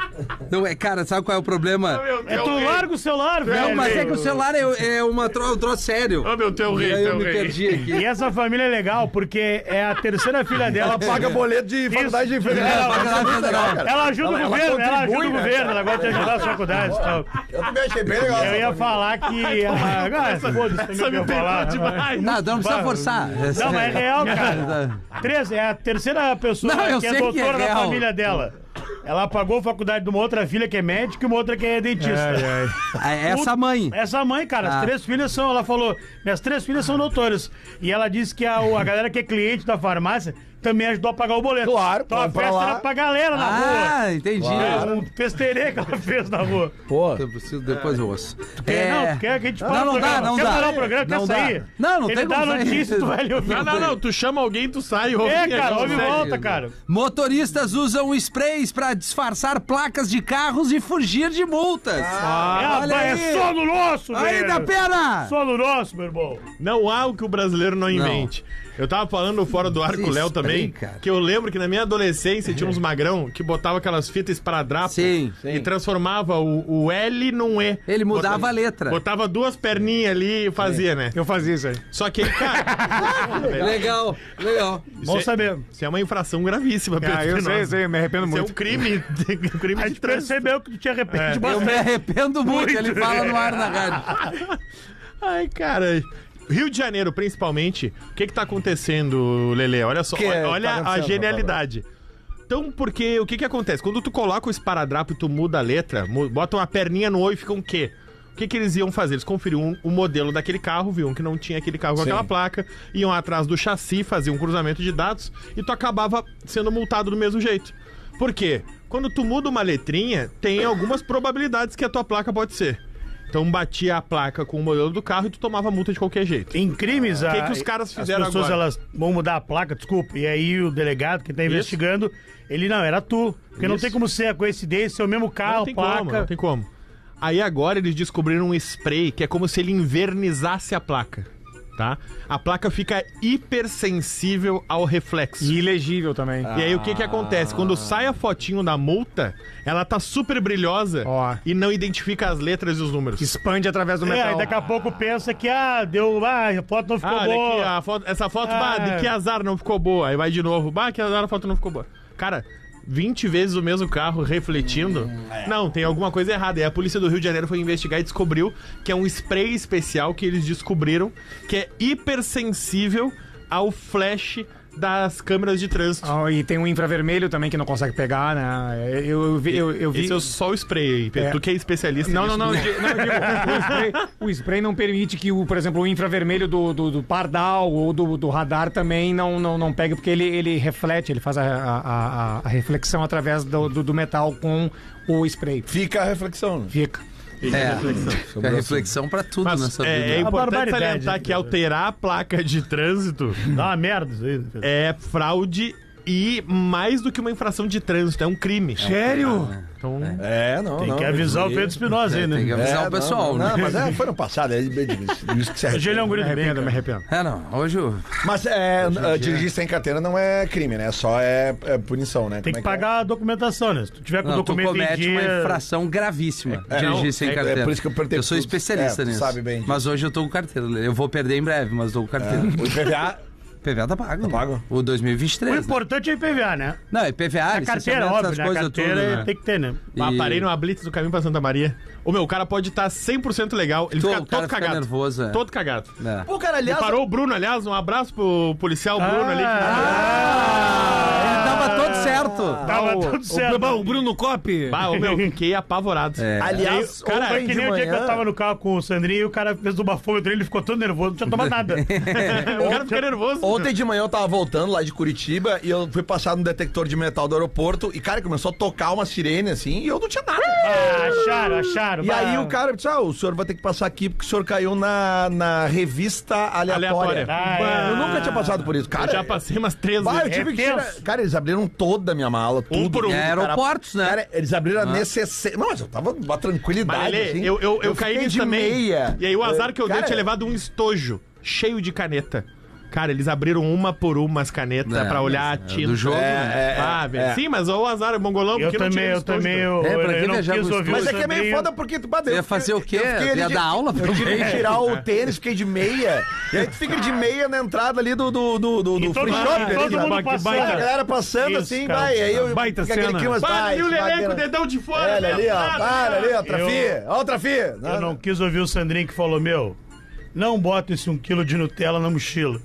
C: Não, é, cara, sabe qual é o problema?
F: Meu,
D: É tu larga o celular, velho.
C: Não, mas é que o celular é, é uma tro, um troço sério.
F: Ô, meu, tu é o
C: E
F: rei,
C: aí
F: tu é
C: eu
F: o
C: me
F: rei.
C: perdi
D: E
C: aqui.
D: essa família é legal porque é a terceira filha dela.
E: Ela paga boleto de faculdade de
D: Isso. É,
E: enfermagem.
D: Ela-
C: Faculdade Federal.
D: Ela ajuda
E: Ela-
D: o
E: ela
D: governo, ela, ela ajuda
G: ruim,
D: o
G: né?
D: governo, ela gosta de ajudar as faculdades e tal.
I: Eu também achei bem legal.
D: Eu ia falar
C: é
D: que. Ah, agora, foda-se, também eu ia falar.
C: né?
D: né?
C: Não, não precisa forçar.
D: Não, mas é real, cara. Três, é a terceira pessoa
C: Não, eu
D: que
C: sei
D: é
C: que é
D: doutora da
C: real.
D: família dela. Ela pagou a faculdade de uma outra filha que é médica e uma outra que é dentista.
C: É Essa mãe.
D: Essa mãe, cara,
C: Ah.
D: as três filhas são, ela falou, minhas três filhas são doutoras. E ela disse que a, a galera que é cliente da farmácia também ajudou a pagar o boleto.
E: Claro,
D: então a
E: compra
D: festa
E: lá.
D: era pra galera na rua.
C: Ah, entendi.
D: É Um festerê que ela fez na rua.
E: Pô,
C: Eu preciso, depois eu ouço.
D: Quer- Não, tu quer que a gente
C: É. Não,
D: pare
C: não dá,
D: o programa?
C: não
D: quer
C: dá.
D: parar o programa,
C: Não
D: quer
C: dá.
D: sair?
C: Não, não
D: Ele
C: tem
D: dá
C: como
D: a
C: sair.
D: notícia, tu vai lhe ouvir.
F: Não, não, não. Tu chama alguém, tu sai. ouve
D: É,
F: quem
D: cara,
F: que
D: ouve e
F: consegue.
D: volta, cara.
C: Motoristas usam sprays pra disfarçar placas de carros e fugir de multas.
D: É, rapaz,
C: olha aí.
D: é só no nosso,
C: Aí
D: velho.
C: da pena!
D: Só no nosso, meu irmão.
F: Não há o que o brasileiro não invente. Eu tava falando fora do ar com o Léo também,
C: cara.
F: que eu lembro que na minha adolescência tinha uns magrão que botava aquelas fitas esparadrapo
C: Sim,
F: e transformava o, o L num E.
C: Ele mudava
F: Botava-
C: a letra.
F: Botava duas perninhas ali e fazia, né?
G: Eu fazia isso aí.
F: Só que aí, cara... velho,
C: Legal, legal.
F: isso,
D: Bom
F: é,
D: saber.
F: isso é uma infração gravíssima,
G: Ah, eu sei, eu sei, eu me arrependo
F: Isso é um
G: muito.
F: crime, um crime
D: A
F: de
D: gente
F: trânsito.
D: percebeu que tu te arrepende
C: É, Tipo, Eu
D: bastante.
C: me arrependo muito,
D: Muito.
C: ele fala no ar na rádio.
F: Ai, cara. Rio de Janeiro, principalmente, o que que tá acontecendo, Lele? Olha só,
E: Que
F: olha,
E: tá
F: olha a
E: acontecendo,
F: genialidade. Então, porque o que que acontece? Quando tu coloca o esparadrapo e tu muda a letra, mu- bota uma perninha no O e fica um quê? O que que eles iam fazer? Eles conferiam um, o modelo daquele carro, viam que não tinha aquele carro com aquela placa, iam atrás do chassi, faziam um cruzamento de dados e tu acabava sendo multado do mesmo jeito. Por quê? Quando tu muda uma letrinha, tem algumas probabilidades que a tua placa pode ser. Então batia a placa com o modelo do carro e tu tomava multa de qualquer jeito.
D: Em crimes, a,
F: que que os caras fizeram
D: as pessoas
F: agora?
D: elas vão mudar a placa, desculpa. E aí o delegado que tá investigando, ele não, era tu. Porque não
F: Isso.
D: tem como ser a coincidência, é o mesmo carro,
F: não tem
D: placa.
F: como, não tem como. Aí agora eles descobriram um spray que é como se ele invernizasse a placa, tá? A placa fica hipersensível ao reflexo.
G: E ilegível também.
F: E aí o que que acontece? Quando sai a fotinho da multa, ela tá super brilhosa
G: Ó.
F: e não identifica as letras e os números.
G: Expande através do
D: É,
G: metal.
D: aí daqui a pouco pensa que, ah, deu, ah, a foto não ficou
F: Ah, olha aqui,
D: boa.
F: a foto- essa foto, bah,
D: É.
F: de que azar não ficou boa. Aí vai de novo, bah, que azar a foto não ficou boa. Cara, 20 vezes o mesmo carro refletindo. Não, tem alguma coisa errada. E a polícia do Rio de Janeiro foi investigar e descobriu que é um spray especial que eles descobriram que é hipersensível ao flash das câmeras de trânsito.
G: Ah, e tem um infravermelho também que não consegue pegar, né? Eu, eu vi. Eu, eu vi...
F: Esse é só o spray aí,
G: É.
F: Tu que é especialista
G: Não,
F: nisso,
G: não, não.
F: tu-
G: eu digo- não, eu digo, o, spray, o spray não permite que, o, por exemplo, o infravermelho do, do, do pardal ou do, do radar também não, não, não pegue, porque ele, ele reflete, ele faz a, a, a- a reflexão através do, do, do metal com o spray.
E: fica a reflexão. né?
G: Fica.
C: É, é reflexão pra tudo
F: Mas
C: nessa
F: é, é
C: vida.
F: importante
D: barbaridade,
F: salientar
D: né,
F: que
D: cara?
F: alterar a placa de trânsito
D: Dá uma merda isso aí. né, Pedro?
F: é fraude e mais do que uma infração de trânsito, é um crime.
G: Sério?
F: Então,
E: É, não,
D: Tem
E: não.
D: que avisar o Pedro Espinosa aí,
C: Tem que
D: né?
E: É,
C: avisar o
E: não,
C: pessoal,
E: não,
C: né?
E: Não, mas é, foi no passado, é bem difícil. Por isso que se
D: Hoje ele é um
G: Me
D: guri do bem,
G: arrependo, me
D: cara.
G: arrependo.
C: É, não. Hoje o-
E: Mas é, ah, dirigir sem carteira não é crime, né? Só é, é punição, né?
D: Tem
E: Como é
D: que pagar a documentação, né? Se tu tiver com o
C: Não, tu
D: documento em
C: comete
D: dia...
C: uma infração gravíssima. dirigir sem
E: é- é
C: carteira.
E: por isso que eu perguntei
C: sou
E: pro-
C: especialista
E: é, tu
C: nisso.
E: sabe bem disso.
C: Mas hoje eu tô com carteira. Eu vou perder em breve, mas tô com carteira.
E: O IPVA,
C: O PVA tá pago. né?
E: pago?
C: O
D: O
C: 2023. né?
D: importante é IPVA, né?
C: Não, é PVA,
D: A carteira, óbvio, né? A carteira
C: né?
D: tem que ter, né?
F: ah,
C: E-
F: parei numa blitz do caminho pra Santa Maria. Ô meu, o cara pode tá estar 100% legal, ele
C: Tô,
F: fica
C: o
F: todo
C: cara fica
F: cagado.
C: nervoso, é.
F: Todo cagado.
C: É.
E: Pô, cara,
F: E
E: aliás,
F: parou o Bruno, aliás, um abraço pro policial Bruno ali. Ah,
C: Ele tava todo certo.
D: Tava tá tudo certo.
G: Bruno Cop.
F: Bah, Ah, ô, meu, fiquei apavorado.
C: É.
E: aliás
F: Aí, cara,
E: ontem
D: É que
E: de
D: nem o dia que eu
E: manhã-
D: tava no carro com o Sandrinho e o cara fez o bafômetro, ele ficou todo nervoso, não tinha tomado nada.
F: O cara fica nervoso.
E: Ontem de manhã eu tava voltando lá de Curitiba e eu fui passar no detector de metal do aeroporto e, cara, começou a tocar uma sirene assim e eu não tinha nada.
D: Ah, acharam, acharam.
E: E
D: bah.
E: aí o cara disse: Ah, o senhor vai ter que passar aqui porque o senhor caiu na, na revista aleatória.
F: Aleatória.
D: Ah, é.
E: Eu nunca tinha passado por isso. Cara,
F: Eu já passei umas três
E: Vai, eu
F: vezes.
E: tive que
D: tenso.
E: tirar- Cara, eles abriram toda a minha mala, tudo.
F: por um.
C: É
F: Ah.
C: aeroportos, né?
E: Cara, eles abriram a necessidade. Não, mas eu tava numa tranquilidade.
F: Mas, Lelê,
E: assim.
F: eu, eu, eu caí
E: fiquei
F: nisso
E: de
F: também.
E: Meia.
F: E aí o azar
E: É,
F: que eu dei
E: cara,
F: eu tinha levado um estojo cheio de caneta. Cara, eles abriram uma por uma as canetas
C: É,
F: pra olhar a
C: mas é
F: tinta.
C: do jogo, né?
E: É,
F: Ah, velho. Sim, mas ó, o azar é mongolão,
D: Eu
F: porque não
D: também,
F: tinha
D: eu
F: eles todos,
D: também.
F: né?
D: Eu,
E: É, pra
D: eu
E: quem
D: não
E: viajar
D: quis
E: pros-
D: ouvir
E: Mas
D: o
E: é que é meio
D: sobrinho.
E: foda porque tu bateu.
C: Ia fazer o quê? Ia dar aula pra
E: Eu
C: alguém?
E: queria tirar o tênis, fiquei de meia. E aí tu fica de meia na entrada ali do, do, do, do, do
D: E todo
E: free
D: mundo-
E: shop.
D: todo
E: ali, né?
D: mundo
F: Que
D: passando.
F: baita-
E: a galera passando
D: Isso,
E: assim,
D: cara.
E: vai. Aí eu
G: Baita
E: fica
G: cena.
E: clima,
F: tá Para
E: vai,
F: ali o Leleco, o
E: bacana.
F: dedão de fora.
E: Olha
F: né?
E: ali, ó.
F: Nada,
E: Para ali, ó.
F: cara.
E: Trafi. Ó, o Trafi.
D: Eu não quis ouvir o Sandrinho que falou, meu, não bota esse um quilo de Nutella na mochila.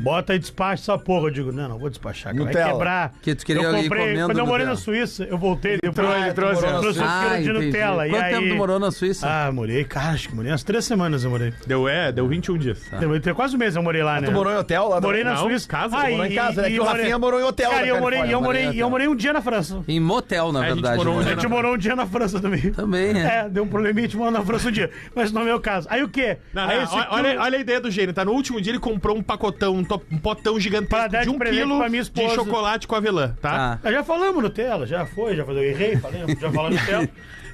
D: Bota e despacha essa porra. Eu digo, não, não vou despachar, cara. Vai
E: Nutella.
D: quebrar.
C: Que tu queria
D: eu
C: ir
D: comprei,
C: comendo
D: quando eu morei
C: Nutella.
D: na Suíça, eu voltei
E: Então,
D: depois.
E: é,
G: trouxe, ele trouxe.
D: Eu trouxe um quilo
C: Ah,
D: de
C: entendi.
D: Nutella.
C: Quanto
D: e aí...
C: tempo tu morou na Suíça?
D: Ah, morei, cara, acho que morei umas três semanas eu morei.
C: Tá.
F: Deu, é, deu 21 dias.
E: Tá.
D: Demorei Tem quase um mês eu morei lá,
C: Ah,
D: né?
E: Tu morou em hotel lá?
D: Morei na
F: Não,
D: Suíça.
F: casa,
D: Ah,
E: morou em
D: e-
E: casa, né?
D: e
E: Que o Rafinha morou em hotel
D: Cara,
E: na
D: eu morei,
E: Califórnia,
D: eu
E: morou
D: morei,
C: em
D: e eu
C: hotel.
D: morei um dia na França.
C: Em motel, na
F: a gente
C: verdade.
F: morou um
C: né?
D: A gente morou um dia na França também.
C: Também, né?
D: É, deu um probleminha de morar na França um dia. Mas não é meu caso. Aí o quê?
F: Não,
D: Aí
F: não,
D: Ah, esse
F: olha, olha- olha a ideia do gênio, tá? No último dia ele comprou um pacotão, um, to- um potão
D: Pra
F: gigantesco
D: dar
F: de
D: de
F: um
D: presente
F: quilo
D: pra minha
F: de
D: esposa.
F: chocolate com avelã, tá?
C: Ah.
D: Nós já falamos Nutella, já foi, já foi, eu errei, falei, já falamos Nutella.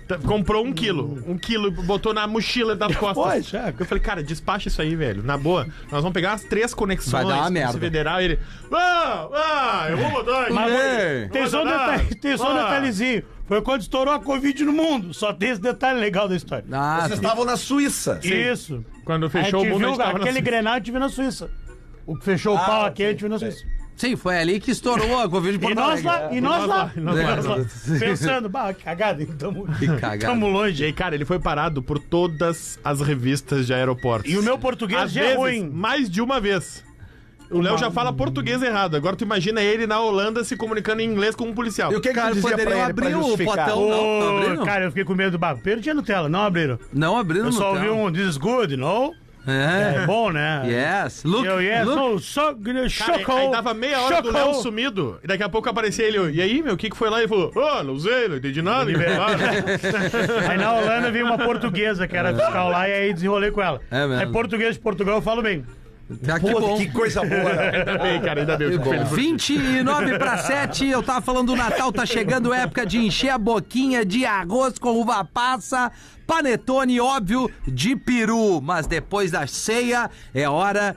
F: Tá, Comprou um quilo, um quilo, botou na mochila das
D: foi,
F: costas.
D: já.
F: é, Eu falei, cara, despacha isso aí, velho, na boa. Nós vamos pegar as três
C: Vai
F: conexões
C: dar uma
F: com esse
C: merda.
F: federal e ele... Ah, ah, eu vou botar...
D: Mas,
F: aqui." É.
D: mano, tem só um, detalhe, tem só um
F: Ah.
D: detalhezinho. Foi quando estourou a Covid no mundo. Só tem esse detalhe legal da história.
C: Ah,
E: Vocês estavam na Suíça.
D: Isso.
F: Quando
D: A gente
F: fechou o mundo, a
D: viu,
F: gente tava na
D: aquele
F: Suíça.
D: Grenal a gente viu na Suíça. O que fechou
C: Ah,
D: o pau aqui a gente viu na Suíça.
C: sim, foi ali que estourou a Covid de
D: E
C: Porto
D: nós
C: Alegre.
D: lá, e nós lá, e
F: nós
D: nós
C: lá.
D: lá. Pensando, bah, cagada, tamo,
C: cagada.
D: tamo
F: E aí,
D: longe.
F: cara, ele foi parado por todas as revistas de aeroportos.
D: E o meu português
F: Às
D: já
F: vezes,
D: é ruim.
F: mais de uma vez. O Léo já fala português errado. Agora tu imagina ele na Holanda se comunicando em inglês com um policial.
E: E o que que tu
C: Cara,
E: dizia pra
C: poderiam
E: ele
C: abrir
E: pra
C: o
E: justificar?
C: potão. Não, não abriram?
D: Ô, cara, eu fiquei com medo do barco. Perdi a Nutella, não abriram.
C: Não abriu no
D: Eu só ouvi
C: Nutella.
D: um This is good, não? É
C: É.
D: bom, né?
C: Yes. Look,
D: Eu, yes,
C: look.
D: oh, so, good,
F: Cara,
D: choco,
F: aí tava meia hora do
D: choco.
F: Léo sumido. E daqui a pouco aparecia ele. E aí, meu, o que, que foi lá? E falou: Ô, não sei, não entendi nada. Ah, liberaram."
D: Aí na Holanda veio uma portuguesa que era fiscal lá e aí desenrolei com ela.
C: É mesmo.
D: Aí português de Portugal eu falo bem.
C: Tá, que
E: Pô,
C: bom.
E: que coisa boa. né?
F: ainda bem, cara, ainda bem.
C: Que
F: eu fico
C: bom.
F: feliz por-
C: 29 para 7, eu tava falando do Natal, tá chegando época de encher a boquinha de arroz com uva passa, panetone, óbvio, de peru. Mas depois da ceia é hora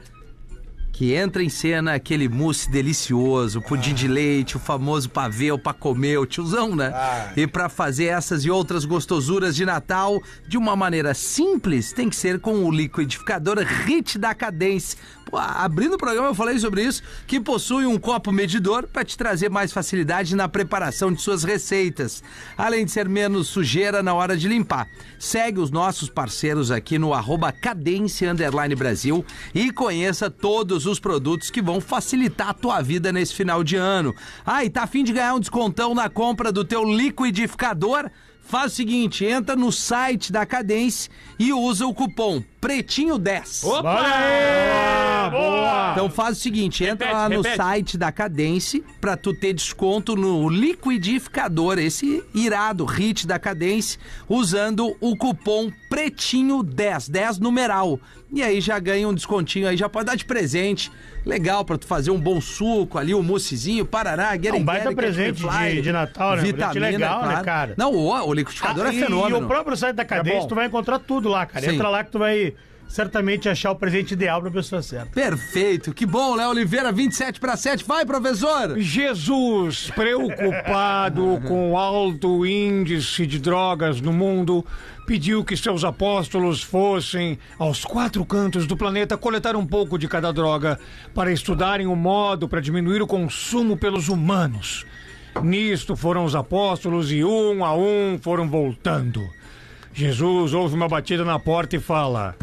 C: que entra em cena aquele mousse delicioso, o pudim de leite, o famoso pavê, o pra comer, o tiozão, né? E pra fazer essas e outras gostosuras de Natal de uma maneira simples, tem que ser com o liquidificador Rit da Cadence. Pô, abrindo o programa eu falei sobre isso, que possui um copo medidor pra te trazer mais facilidade na preparação de suas receitas, além de ser menos sujeira na hora de limpar. Segue os nossos parceiros aqui no arroba Cadence Underline Brasil e conheça todos os produtos que vão facilitar a tua vida nesse final de ano. Ah, e tá afim de ganhar um descontão na compra do teu liquidificador? Faz o seguinte, entra no site da Cadence e usa o cupom PRETINHO10.
D: Olha aí! Boa!
C: Então faz o seguinte, entra
F: Repete,
C: lá no
F: repete.
C: site da Cadence pra tu ter desconto no liquidificador, esse irado hit da Cadence, usando o cupom pretinho 10, 10 numeral. E aí já ganha um descontinho aí, já pode dar de presente. Legal pra tu fazer um bom suco ali, um moussezinho, parará, guerra
D: Um baita presente de, de Natal, né? Presente
C: Vitamina,
D: legal, né,
C: claro.
D: cara? Ah,
C: Não, o, o liquidificador é
D: Tá, e- E o
C: fenômeno. É
D: próprio site da cadência,
G: bom.
D: tu vai encontrar tudo lá, cara.
C: Sim.
D: Entra lá que tu vai certamente achar o presente ideal pra pessoa certa.
C: Perfeito, que bom, Léo Oliveira, 27 para 7. Vai, professor!
G: Jesus, preocupado com o alto índice de drogas no mundo, pediu que seus apóstolos fossem aos quatro cantos do planeta coletar um pouco de cada droga para estudarem o modo para diminuir o consumo pelos humanos. Nisto foram os apóstolos e um a um foram voltando. Jesus ouve uma batida na porta e fala: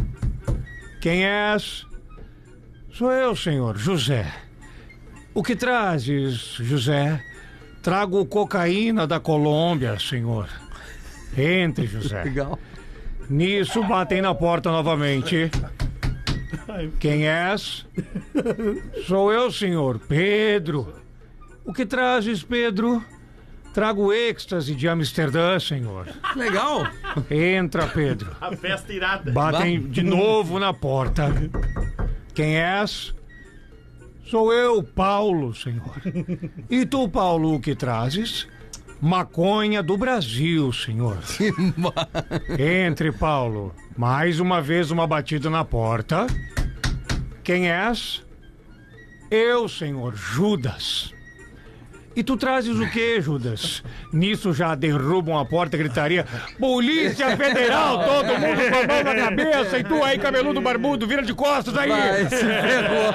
G: Quem és? Sou eu, senhor, José. O que trazes, José? Trago cocaína da Colômbia, senhor. Entre, José.
C: Legal.
G: Nisso batem na porta novamente. Quem és? Sou eu, senhor, Pedro. O que trazes, Pedro? Trago êxtase de Amsterdã, senhor.
C: Legal.
G: Entra, Pedro.
F: A festa irada.
G: Batem de novo na porta. Quem és? Sou eu, Paulo, senhor. E tu, Paulo, o que trazes? Maconha do Brasil, senhor. Entre, Paulo. Mais uma vez uma batida na porta. Quem és? Eu, senhor Judas. E tu trazes o quê, Judas? Nisso já derrubam a porta e gritaria: Polícia Federal, todo mundo com a mão na cabeça, e tu aí, cabeludo barbudo, vira de costas aí!
C: Vai, se ferrou.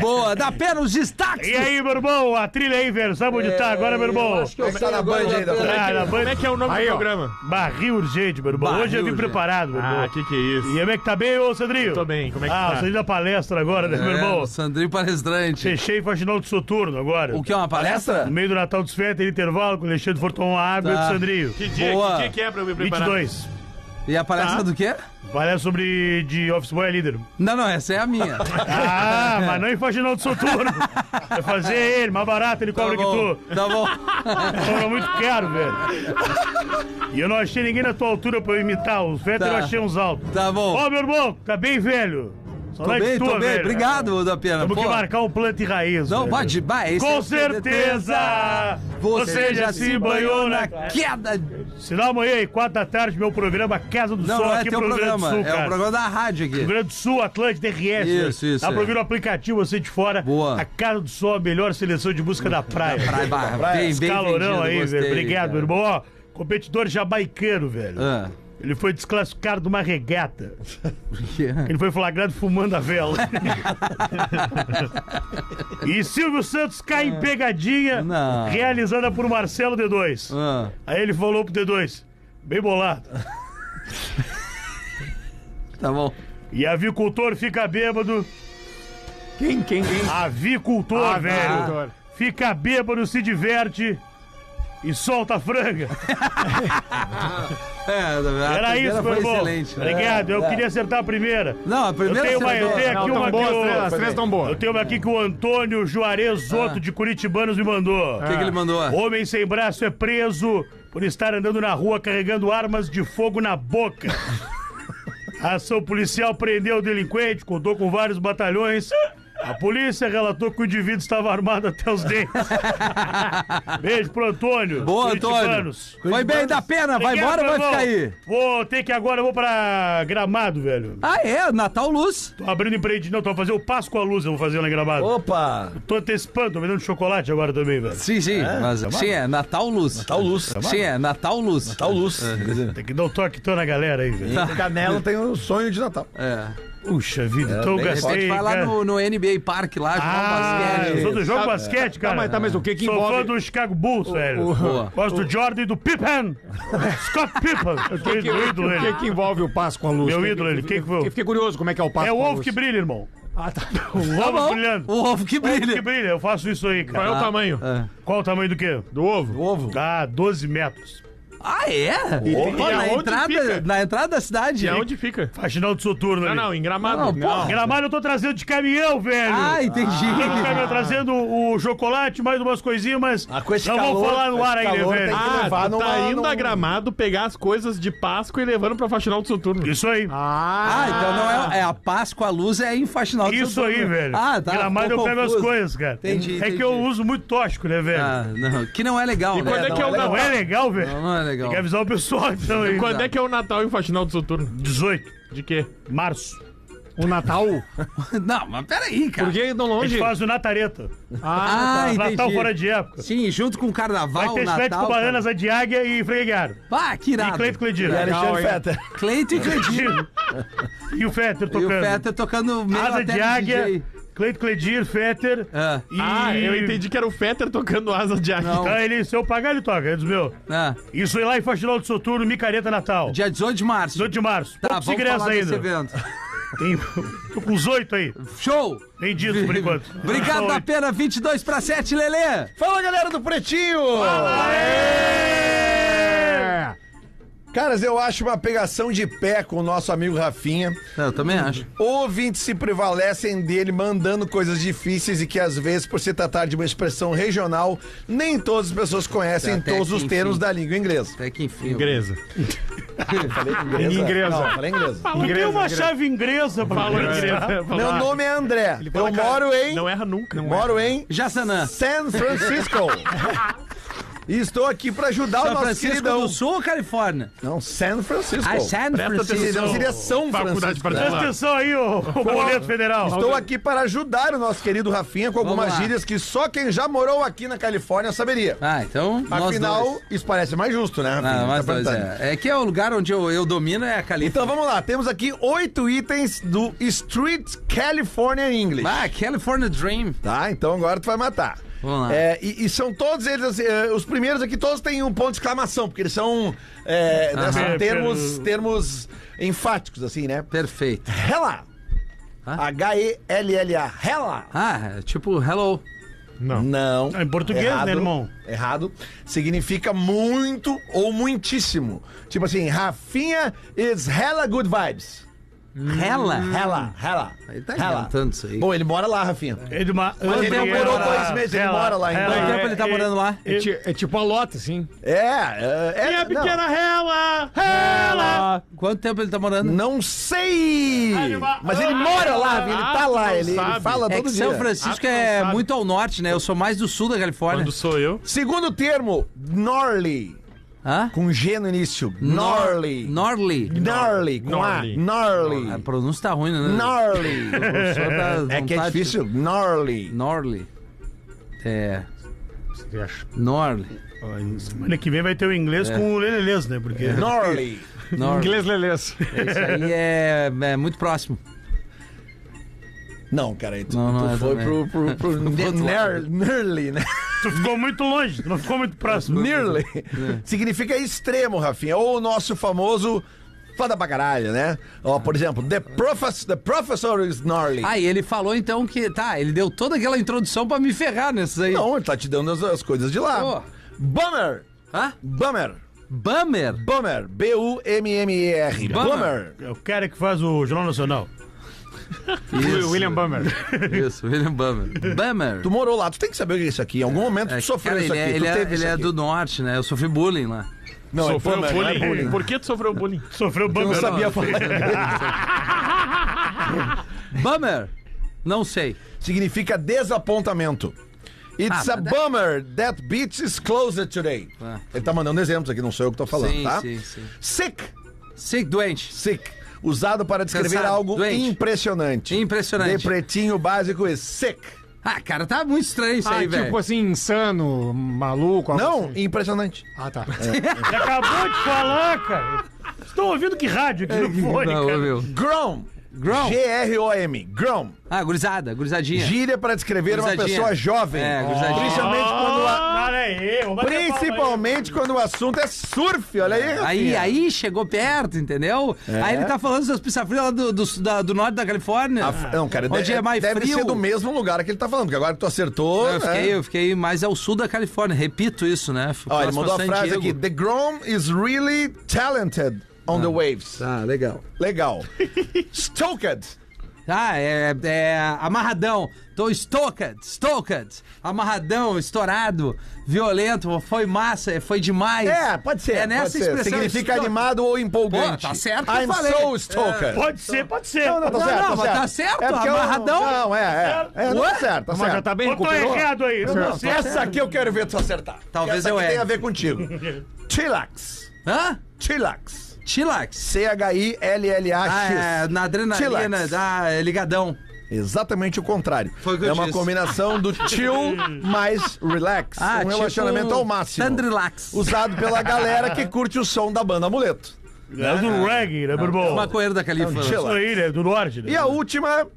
C: Boa, dá pé nos destaques.
D: E aí, meu irmão? A trilha aí, velho. Sabe onde tá agora, meu irmão?
E: Como é que tá na Band ainda?
D: Ah, na
F: Como
D: Band-
F: é que é o nome
G: Aí,
F: do
G: ó.
F: programa?
D: Barril urgente, meu irmão. Hoje eu
C: Barril
D: vim
C: urgente.
D: preparado, meu irmão.
F: Ah, que que é isso?
D: E como é que tá bem, ô Sandrinho?
F: Tô bem, como é que
D: ah,
F: tá?
D: o Sandrinho da palestra agora, né, meu
C: É,
D: irmão?
C: o Sandrinho Palestrante.
D: Fechei e faxinal de soturno agora.
C: O que é uma palestra?
D: No meio do Natal dos Fetas, intervalo, com o Alexandre for tomar uma água e
C: Tá.
D: o Sandrinho.
F: Que dia,
C: Boa.
F: que dia que é pra eu me preparar?
D: 22.
C: E a palestra
D: Tá.
C: do quê?
D: Palestra sobre de Office Boy é líder.
C: Não, não, essa é a minha.
D: Tá Ah, mas não em faxinal de soturno. É fazer ele, mais barato, ele
C: Tá
D: cobra que
C: bom,
D: tu.
C: tá bom.
D: Cobra muito caro, velho. E eu não achei ninguém na tua altura pra eu imitar. Os Fetas
C: Tá.
D: eu achei uns altos.
C: Tá bom.
D: Ó, meu irmão, tá bem velho.
C: Tô
D: Saudade
C: bem,
D: tua,
C: tô bem.
D: velho.
C: Obrigado, da Pena.
D: Temos que
C: Pô.
D: marcar um planta e raiz.
C: Não,
D: velho.
C: pode, vai. esse
D: Com
C: é
D: certeza! Você já se banhou na.
C: queda.
D: Sinal amanhã, aí, 4 da tarde, meu programa Casa do
C: Não,
D: Sol
C: não é
D: aqui
C: teu
D: pro Rio Grande do
C: programa.
D: Sul,
C: É o
D: cara.
C: programa da rádio aqui.
D: Rio Grande do Sul, Atlântida, RS.
C: Isso,
D: né?
C: isso,
D: Dá pra
C: é.
D: ouvir o aplicativo, você de fora.
C: Boa.
D: A Casa do Sol, a melhor seleção de música da praia.
C: Praia, barra, bem,
D: Esse
C: bem
D: calorão
C: vendido,
D: É, aí,
C: gostei,
D: velho. Obrigado,
C: cara.
D: meu irmão. Ó, competidor jamaicano, velho.
C: Ah,
D: Ele foi desclassificado de uma regata.
C: que-
D: Ele foi flagrado fumando a vela. e Silvio Santos cai em pegadinha,
C: Ah. Não.
D: realizada por Marcelo D2.
C: ah.
D: Aí ele falou pro D2, bem bolado.
C: Tá bom.
D: E avicultor fica bêbado.
G: Quem, quem, quem?
D: Avicultor,
C: Ah,
D: velho.
G: Avicultor.
D: Fica bêbado, se diverte e solta a franga.
C: É, a
D: Era
C: primeira
D: isso, meu
C: foi
D: irmão.
C: excelente. né?
D: Obrigado, eu queria acertar a primeira.
C: Não, a
D: Eu
C: primeira
D: tenho, uma, eu
C: acertou.
D: tenho
G: Não,
D: aqui uma
G: tão
D: que
G: boas,
D: o-
G: né? as três estão boas.
D: Eu tenho uma aqui que o Antônio
C: Ah.
D: Juarez Otto de Curitibanos me mandou.
C: O que, que ele mandou?
D: Homem sem braço é preso por estar andando na rua carregando armas de fogo na boca. A ação policial prendeu o delinquente, contou com vários batalhões. A polícia relatou que o indivíduo estava armado até os dentes. Beijo pro Antônio.
C: Boa, Antônio.
D: Curitibanos.
C: Foi bem, dá pena. Vai
D: Obrigado,
C: embora ou vai
D: meu
C: ficar
D: irmão.
C: aí?
D: Vou ter que agora, eu vou pra Gramado, velho.
C: Ah, é, Natal Luz.
D: Tô abrindo empreendimento, não, tô fazendo o passo com a luz, eu vou fazer lá em Gramado.
E: Opa!
D: Tô antecipando, tô vendendo chocolate agora também, velho.
C: Sim, sim. mas, sim, é Natal Luz.
E: Natal Luz.
C: Sim, é Natal Luz.
E: Natal Luz.
D: Tem que dar um toque tô na galera aí, velho.
E: Canela tem um sonho de Natal.
C: É.
D: Puxa vida, então eu
E: bem
D: gastei.
C: Pode vai lá
D: cara.
C: no, no NBA Park lá, jogar um
D: Ah, eu
C: basquete.
D: sou do jogo basquete, cara.
G: Tá, mas, tá, mas o que que
D: Sou fã
G: envolve...
D: do Chicago Bulls, velho.
C: Boa.
D: Gosto do Jordan e do Pippen. Scott Pippen.
G: O que,
D: Meu um ídolo,
G: o que que
D: ele.
G: envolve o passo com a luz?
D: Meu
G: Que-
D: ídolo, ele. Que que foi?
G: Eu Fiquei curioso como é que é o passo
D: É o
G: com a
D: ovo
G: luz.
D: que brilha, irmão.
G: Ah, tá.
D: O
C: Tá
D: ovo
C: bom.
D: brilhando.
C: O ovo que
D: O ovo que
C: brilha.
D: brilha, eu faço isso aí,
F: Qual é
D: cara.
F: o tamanho
D: Qual o tamanho do quê?
F: do ovo?
C: O ovo.
D: Ah, 12 metros.
C: Ah, é? Pô,
F: e
C: na,
F: aonde
C: entrada,
F: fica?
C: na entrada da cidade.
F: E aonde fica?
D: Faxinal do soturno
F: Não,
D: ali.
F: não, em Gramado.
C: Não, porra.
D: Gramado eu tô trazendo de caminhão, velho.
C: Ah, entendi.
D: Tô no caminhão trazendo o chocolate, mais umas coisinhas, mas
E: Ah, com esse
D: não vou
E: calor,
D: falar no
E: com
D: ar
E: esse
D: ainda,
E: calor
D: velho.
E: tem que-
F: Ah,
E: levar
F: tu
E: numa-
F: tá indo
E: num-
F: a Gramado pegar as coisas de Páscoa e levando pra faxinal do soturno.
D: Isso aí.
G: Ah,
C: Ah, então não é, é a Páscoa, a luz é em faxinal do
D: Isso
C: Santo
D: aí,
C: Antônio.
D: velho.
C: Ah, tá.
D: Gramado eu
C: ficou
D: pego as
C: confuso.
D: coisas, cara.
C: Entendi,
D: é
C: entendi.
D: que eu uso muito tóxico, né, velho?
C: Ah, não, que não é legal,
F: E
C: né?
F: quando é
C: Não,
F: que é o
D: não é
F: Natal?
D: legal, velho.
C: Não, não é legal.
D: Tem que avisar o pessoal, então, aí.
F: Quando é que é o Natal e o faxinal do soturno?
D: 18
F: De quê?
D: de março.
G: o Natal?
C: Não, mas peraí, cara.
G: Por que tão
D: A gente
G: longe?
D: faz o Natareta.
C: Ah, entendi.
D: tá- Natal fora de época.
C: Sim, junto com o Carnaval,
D: Vai ter chiclete
C: Natal.
D: com bananas, a de águia e freguear.
C: Ah, que
D: E
C: irado.
D: Cleito Cledira.
E: E Alexandre
G: hein?
E: Feta.
C: Cleito e Cleidinho.
D: E o Fetter
C: E o
D: tocando.
C: Peter tocando meio
D: Asa
C: até
D: de
C: de
D: águia,
C: DJ.
D: Cleito Cledir, Fetter.
C: Ah,
D: E...
F: Ah, eu entendi que era o Fetter tocando asa de águia.
C: Não.
D: Então ele, se eu pagar, ele toca. É dos meus.
C: ah,
D: Isso aí lá em Faxinal do Soturno, Micareta Natal.
C: dia 18 de março.
D: 18 de março.
C: Tá,
D: Poucos
C: vamos
D: ingressos
C: falar desse
D: ainda.
C: evento.
D: Tem... Tô com os oito aí.
C: Show!
D: Vendidos por enquanto.
C: Obrigado
D: Só
C: da
D: oito.
C: pena, 22 pra 7, Lelê.
E: Fala, galera do Pretinho!
G: É.
E: Caras, eu acho uma pegação de pé com o nosso amigo Rafinha.
C: Eu também acho.
E: Ouvintes se prevalecem dele mandando coisas difíceis e que às vezes, por se tratar de uma expressão regional, nem todas as pessoas conhecem
C: Até
E: todos
C: que
E: os termos
C: enfim.
E: da língua inglesa.
C: Até que enfim.
F: Ingresa.
G: Ingresa.
E: Não, falei inglesa.
D: Tu tem uma chave ingresa,
F: Falou
D: Paulo.
F: ingresa.
E: Meu nome é André. Eu
F: é-
E: moro em.
F: Não erra nunca.
E: Moro em
C: Jassanã.
E: San Francisco. E estou aqui pra ajudar o
C: São
E: nosso
C: Francisco
E: queridão.
C: do Sul ou Califórnia?
E: Não, San Francisco.
C: Ah, San Francisco.
E: Não, seria São
F: Faculdade
E: Francisco.
D: Presta
F: particular.
D: atenção aí, ô, ô boleto federal.
E: Estou aqui para ajudar o nosso querido Rafinha com algumas
C: Vamos lá.
E: gírias que só quem já morou aqui na Califórnia saberia.
C: Ah, então nós
E: Afinal,
C: dois.
E: isso parece mais justo, né, Rafinha?
C: Ah, nós
E: Tá
C: dois,
E: perguntando.
C: é. é que é o lugar onde eu, eu domino, é a Califa.
E: Então vamos lá, temos aqui oito itens do Street California English.
C: Ah, California Dream.
E: Tá, então agora tu vai matar.
C: Vamos lá.
E: É, e, e são todos eles, assim, é, os primeiros aqui, todos têm um ponto de exclamação, porque eles são é, né, são
D: Aham.
E: termos, termos enfáticos, assim, né?
C: Perfeito.
E: Hela.
C: Hã?
E: H-E-L-L-A. Hela.
C: Ah, é tipo, hello.
E: Não.
D: É em português,
E: Errado.
D: né, irmão?
E: Errado. Significa muito ou muitíssimo. Tipo assim, Rafinha is hella good vibes.
C: Hela?
E: Hela, hela.
C: Ele tá
E: hela.
C: inventando isso aí.
E: Bom, ele mora lá, Rafinha.
D: Ele, ma-
E: ele
D: André-
E: morou
D: ela-
E: dois meses, ele
D: ela-
E: mora lá ainda.
D: ela-
G: Quanto
C: tempo ele tá
D: é-
C: morando lá?
G: É, ti- é tipo a lota, assim.
E: É, é. é
F: Minha
E: não.
F: pequena rela!
D: tá
C: Hela! Quanto tempo ele tá morando?
E: Não sei!
D: Anima-
E: Mas ele mora lá, ele tá
F: Ah,
E: lá,
F: não
E: ele, ele
F: sabe.
E: fala
C: É
E: tá todo
C: que
E: dia.
C: São Francisco
F: Ah, não
C: é
F: sabe.
C: muito ao norte, né? Eu sou mais do sul da Califórnia.
F: Quando sou eu.
E: Segundo termo, gnarly.
C: Hã?
E: Com G no início. Gnarly.
C: Norley.
E: Gnarly. Com A.
F: Gnarly.
C: A
E: Gnarly.
C: pronúncia tá ruim, né?
E: Gnarly. É que é difícil. Gnarly.
C: Norley. É. Norley.
D: Ano que vem vai ter o inglês com o lelelês, né? Porque...
E: Gnarly.
C: Norley.
G: Inglês lelês.
C: Isso aí é, é muito próximo.
E: Não, cara, tu,
C: Não, não
E: tu
C: é
E: foi
C: também.
E: pro, pro, pro
C: outro
E: ner- nearly, né?
D: Tu ficou muito longe, tu não ficou muito próximo.
E: Nearly.
C: É.
E: Significa extremo, Rafinha. Ou o nosso famoso foda pra caralho, né? Ó, por exemplo, the, profess, the professor is gnarly.
C: Ah, e ele falou então que. Tá, ele deu toda aquela introdução pra me ferrar nesses aí.
E: Não, ele tá te dando as, as coisas de lá.
C: Pô.
E: Bummer.
C: Hã?
E: Bummer.
C: Bummer?
E: Bummer. B-U-M-M-E-R.
C: Bummer.
E: Bummer.
D: É o cara que faz o Jornal Nacional.
C: Isso,
G: William Bummer.
C: Isso, William Bummer. Bummer.
E: Tu morou lá, tu tem que saber o que é isso aqui. Em algum momento
C: É,
E: tu sofreu
C: cara,
E: isso
C: ele
E: aqui.
C: É,
E: tu
C: ele é-
E: teve
C: ele
E: isso
C: é
E: aqui.
C: do norte, né? Eu sofri bullying lá.
E: Não, é
F: Sofreu
E: Bummer, não é
F: bullying.
E: bullying.
F: Por que tu sofreu bullying?
D: Sofreu
E: Eu não
D: banco.
E: sabia falar.
C: Bummer? Não sei.
E: Significa desapontamento. It's
C: Ah,
E: a
C: mas-
E: bummer that beach is closed today.
C: Ah.
E: Ele tá mandando exemplos aqui, não sou eu que tô falando,
C: Sim,
E: tá?
C: sim, sim.
E: Sick,
C: Sick, doente.
E: sick. Usado para descrever
C: Cansado,
E: algo
C: doente.
E: impressionante.
C: Impressionante.
E: De pretinho básico is sick.
C: Ah, cara, tá muito estranho isso
G: Ah,
C: aí, velho.
G: tipo assim, insano, maluco. algo
E: Não,
G: assim.
E: impressionante.
G: Ah, tá.
D: Acabou de falar, cara. Estão ouvindo que rádio
E: É,
D: aqui no fone,
C: Não,
D: cara.
C: meu.
E: Grom.
C: Grom.
E: G-R-O-M. Grom.
C: Ah, gurizada, gurizadinha.
E: Gíria para descrever uma
C: Gurizadinha.
E: pessoa jovem.
C: É, gurizadinha.
E: Principalmente quando a-
D: Cara, Ah, aí, vamos bater palma aí.
E: Principalmente quando o assunto é surf, olha aí.
C: Aí,
E: Rafinha.
C: aí chegou perto, entendeu?
E: É.
C: Aí ele tá falando das pizzafrias lá do, do, da- do norte da Califórnia.
E: A f- não, cara,
C: Onde
E: de-
C: é mais
E: deve
C: frio.
E: ser do mesmo lugar que ele tá falando, porque agora que tu acertou.
C: eu,
E: né?
C: fiquei, eu fiquei mais ao sul da Califórnia, repito isso, né? Fui
E: Ó, ele
C: próximo
E: mandou a
C: San
E: frase
C: Diego.
E: aqui: The Grom is really talented on the waves.
C: Ah, legal.
E: Legal. Stoked.
C: Ah, é, é amarradão. Tô stoked, stoked. Amarradão, estourado, violento. Foi massa, foi demais.
E: É, pode ser.
C: É nessa
E: pode ser.
C: expressão.
E: Significa
C: stoked.
E: animado ou empolgante.
C: Pô, tá certo que eu
E: I'm
C: falei.
E: so stoked.
D: Pode ser, pode ser.
E: tá É
C: Não, não, mas tá certo,
E: porque eu-
C: amarradão.
E: Não, é, é. É, não tá
C: Ué?
E: certo, tá
G: Mas já
E: certo. Tá
G: tá bem
D: Eu tô
G: recuperou?
D: errado aí. Eu não sei.
E: Essa aqui eu quero ver tu acertar.
C: Talvez
E: Essa
C: eu
E: aqui tem
C: erre.
E: a ver contigo. Chillax.
C: Hã?
E: Chillax.
C: Chilax. Ah,
E: C-H-I-L-L-A-X.
C: é, na adrenalina,
E: Chillax.
C: ah, é ligadão.
E: Exatamente o contrário.
C: Foi o que eu
E: é uma
C: disse.
E: combinação do chill mais relax.
C: Ah,
E: um
C: tipo
E: relacionamento ao máximo.
C: Sandrilax.
E: Usado pela galera que curte o som da banda Amuleto.
D: É
E: Ah,
D: do reggae, né, meu irmão?
C: Maconheiro da Califa.
E: Não, chill.
D: Isso aí, né? Do norte, né?
E: E a última.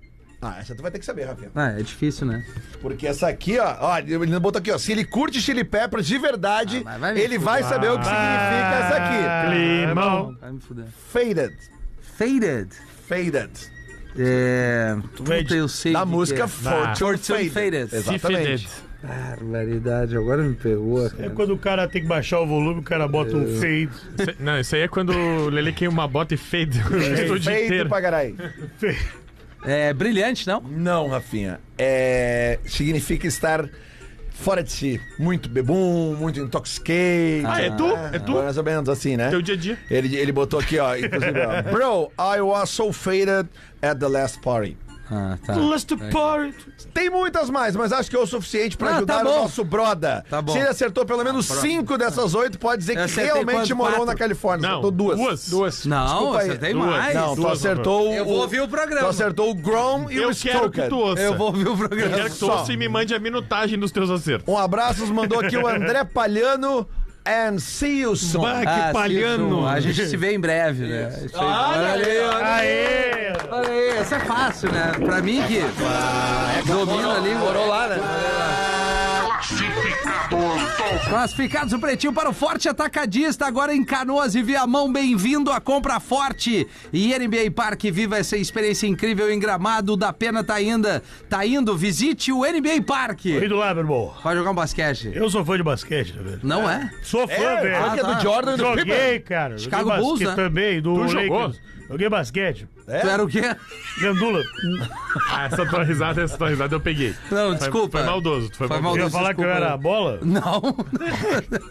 E: Ah, essa tu vai ter que saber, Rafinha.
C: Ah, é difícil, né?
E: Porque essa aqui, ó, ó, ele botou aqui, ó. Se ele curte Chili Peppers de verdade,
C: Ah, mas vai me
E: ele vai saber o que significa essa
D: Ah,
E: aqui.
D: Climão.
C: Vai me fuder.
E: Faded.
C: Faded.
E: Faded.
C: É. Puta, eu sei.
E: Da
C: o que é.
E: música
C: que
E: Fortune
C: Ah. Fortune
E: Faded.
C: Faded.
E: Exatamente.
C: é. Barbaridade, agora me pegou.
D: É
C: Cara.
D: quando o cara tem que baixar o volume, o cara bota
E: É.
D: um fade.
F: Cê- Não, isso aí é quando o Lele queima uma bota e fade o estúdio
E: Feito
F: inteiro.
E: pra caralho.
C: É brilhante, não?
E: Não, Rafinha. É, significa estar fora de si. Muito bebum, muito intoxicado.
F: Ah, é tu? É tu?
E: Mais ou menos assim, né?
F: Teu dia a dia.
E: Ele, ele botou aqui, ó. Inclusive, ó. Bro, I was so faded at the last party.
C: Ah, tá.
F: Last part.
E: Tem muitas mais, mas acho que é o suficiente pra
C: Ah,
E: ajudar
C: tá
E: o
C: bom.
E: nosso broda.
C: Tá bom. Ah,
E: Se ele acertou pelo menos cinco dessas oito, pode dizer
C: Eu
E: que
C: acertei
E: realmente
C: quanto?
E: morou
C: Quatro?
E: na Califórnia.
F: Não,
E: Acertou duas.
F: Duas.
C: Não,
E: Desculpa aí.
C: acertei
F: Duas.
C: mais.
E: Não, tu
F: Duas,
E: acertou
C: Eu
E: o-
C: vou ouvir o
E: Tu
C: programa.
E: acertou o Grom e
F: Eu
E: o
F: quero que
E: Stoker.
F: tu ouça.
C: Eu vou ouvir o
F: Eu
C: programa.
F: quero que tu
E: Só.
F: ouça e me mande a minutagem dos teus acertos.
E: Um abraço, nos mandou aqui o André Palhano and see you soon.
F: Bah, que
C: Ah,
F: palhano.
C: Silson, A gente se vê em breve, né? Isso aí. Olha ali, olha aí.
D: Aê!
C: Olha aí, essa é fácil, né? Pra mim que domina ali, morou lá, né? Classificados o Pretinho para o Forte Atacadista, agora em Canoas e Viamão, bem-vindo à Compra Forte. E NBA Parque, viva essa experiência incrível em Gramado, da pena tá ainda, tá indo, visite o NBA
D: Vem
C: Parque.
D: do lá, meu irmão.
C: Vai jogar um basquete?
D: Eu sou fã de basquete, tá vendo?
C: Não é? Ah, tá.
D: Sou fã, velho.
E: Aqui é do Jordan e do Pippen.
D: Joguei, cara. Joguei
C: Chicago Bulls,
D: basquete
C: né?
D: também, do
F: Tu jogou?
D: Lakers. Joguei basquete.
C: Tu era o quê?
D: Gandula.
F: Ah, essa tua risada, essa tua risada eu peguei.
C: Não,
F: Foi-
C: desculpa.
F: Foi maldoso, tu foi,
C: Foi
F: maldoso.
D: Eu ia
C: Deus,
D: falar que eu
C: desculpa.
D: era a bola.
C: Não.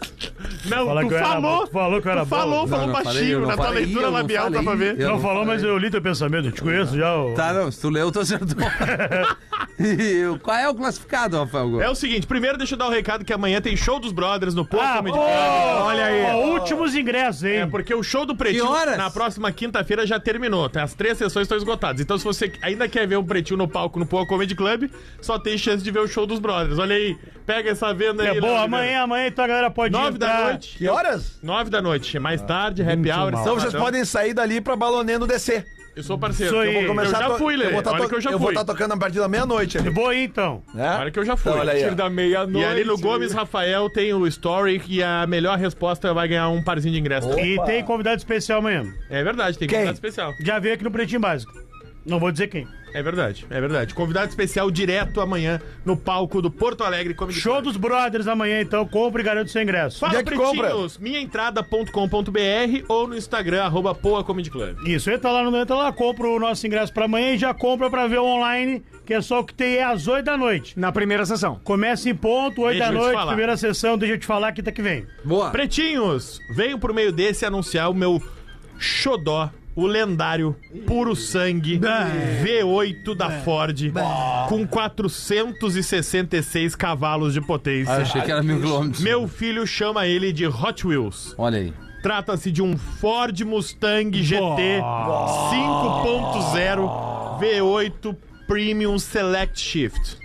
F: Não,
D: Fala
F: tu
D: que eu era
F: falou.
D: bom. Tu falou que eu era
F: tu
D: bom.
F: falou,
D: Não,
F: falou
C: não falei, eu
F: baixinho.
C: não
F: na tua
C: falei,
F: leitura
C: eu não
F: labial dá pra
C: falei.
F: ver.
C: Eu
D: Não
C: não
D: falou, mas eu li teu pensamento. Eu te conheço já. ô.
C: Tá, não, se tu leu, tu acertou. E o- qual é o classificado, Rafael Gomes?
F: É o seguinte, primeiro deixa eu dar o recado que amanhã tem show dos brothers no Post
C: Tá,
D: Ah,
F: Comedy
D: pô!
F: Club. Olha aí.
D: Ó, últimos ingressos, hein?
F: É porque o show do Pretinho
C: Que horas?
F: na próxima quinta-feira já terminou. Tá? As três sessões estão esgotadas. Então, se você ainda quer ver o Pretinho no palco no Poa Comedy Club, só tem chance de ver o show dos brothers. Olha aí, pega essa venda aí.
D: É boa,
F: Leandro.
D: amanhã, amanhã, então a galera pode
F: né? Nove da
D: entrar.
F: noite.
E: Que horas?
F: Nove da noite. Mais tarde, happy hour.
E: Então vocês podem sair dali pra Balonendo descer.
F: Eu sou parceiro. então
D: Isso aí.
F: Eu, vou começar eu já
E: a to-
F: fui, Lê.
E: Eu vou tá
F: Olha
E: to-
F: que eu já
E: eu vou
F: fui.
E: estar tocando a partir da meia-noite ali.
D: Vou ir, então.
E: né?
F: Olha que eu já fui.
E: Então, olha aí, ó.
G: da meia-noite.
F: E ali no Gomes Rafael tem o story e a melhor resposta vai ganhar um parzinho de ingresso.
D: E tem convidado especial amanhã.
F: É verdade, tem
E: Oh. Quem?
F: convidado especial.
D: Já veio aqui no Pretinho Básico. Não vou dizer quem.
F: É verdade, é verdade. Convidado especial direto amanhã no palco do Porto Alegre Comedy
D: Show
F: Club.
D: dos Brothers amanhã, então. Compre e garante seu ingresso.
F: Fala,
E: Onde é que
F: pretinhos, minhaentrada.com.br ou no Instagram, arroba Poa Comedy Club.
D: Isso, entra lá no entra lá, compra o nosso ingresso pra amanhã e já compra pra ver o online, que é só o que tem é às 8 da noite.
G: Na primeira sessão.
D: Começa em ponto, 8
F: Deixa
D: da
F: eu te
D: noite,
F: falar.
D: primeira sessão, deixa eu te falar, quinta que vem.
C: Boa.
F: Pretinhos, venho por meio desse anunciar o meu xodó, o lendário puro sangue V8 da Ford com 466 cavalos de potência.
C: Ah, Achei que era mil quilômetros.
F: Meu filho chama ele de Hot Wheels.
C: Olha aí.
F: Trata-se de um Ford Mustang GT 5.0 V8 Premium Select Shift.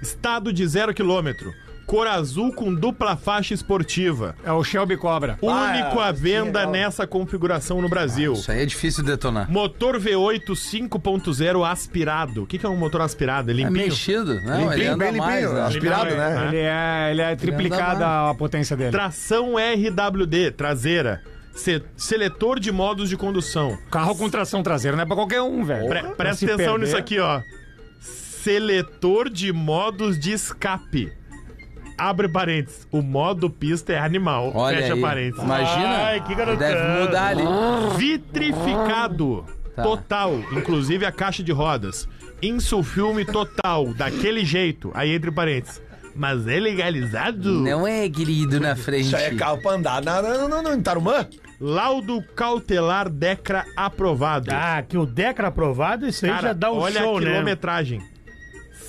F: Estado de 0 km. Cor azul com dupla faixa esportiva.
G: É o Shelby Cobra.
F: Único à venda nessa configuração no Brasil.
C: Isso aí é difícil de detonar.
F: Motor V8 5.0 aspirado. O que que é um motor aspirado? É
C: É
F: limpinho?
C: mexido, né? Ele
E: Limpinho,
C: anda
E: bem
C: mais,
E: limpinho.
C: né?
E: Aspirado,
F: Limpinho,
E: né?
F: é.
G: Ele é, ele é
F: né?
G: triplicada a potência dele.
F: Tração RWD, traseira. Se- seletor de modos de condução.
G: Carro com tração traseira não é pra qualquer um, velho.
F: Pre-
G: Não se
F: presta atenção
G: perder.
F: nisso aqui, ó. Seletor de modos de escape. Abre parênteses. O modo pista é animal.
C: Olha
F: Fecha
C: aí.
F: parênteses.
C: Imagina.
D: Ai, que garotão.
C: Deve mudar ali.
F: Ah. Vitrificado.
C: Tá.
F: Total. Inclusive a caixa de rodas. Insulfilme total. Daquele jeito. Aí entre parênteses. Mas é legalizado?
C: Não é, querido, na frente.
E: Isso aí é carro pra andar na, na, na, na, em Tarumã.
F: Laudo cautelar Decra aprovado.
D: Ah, que o Decra aprovado, isso aí já dá um
F: olha
D: show,
F: a
D: né?
F: quilometragem. 7.800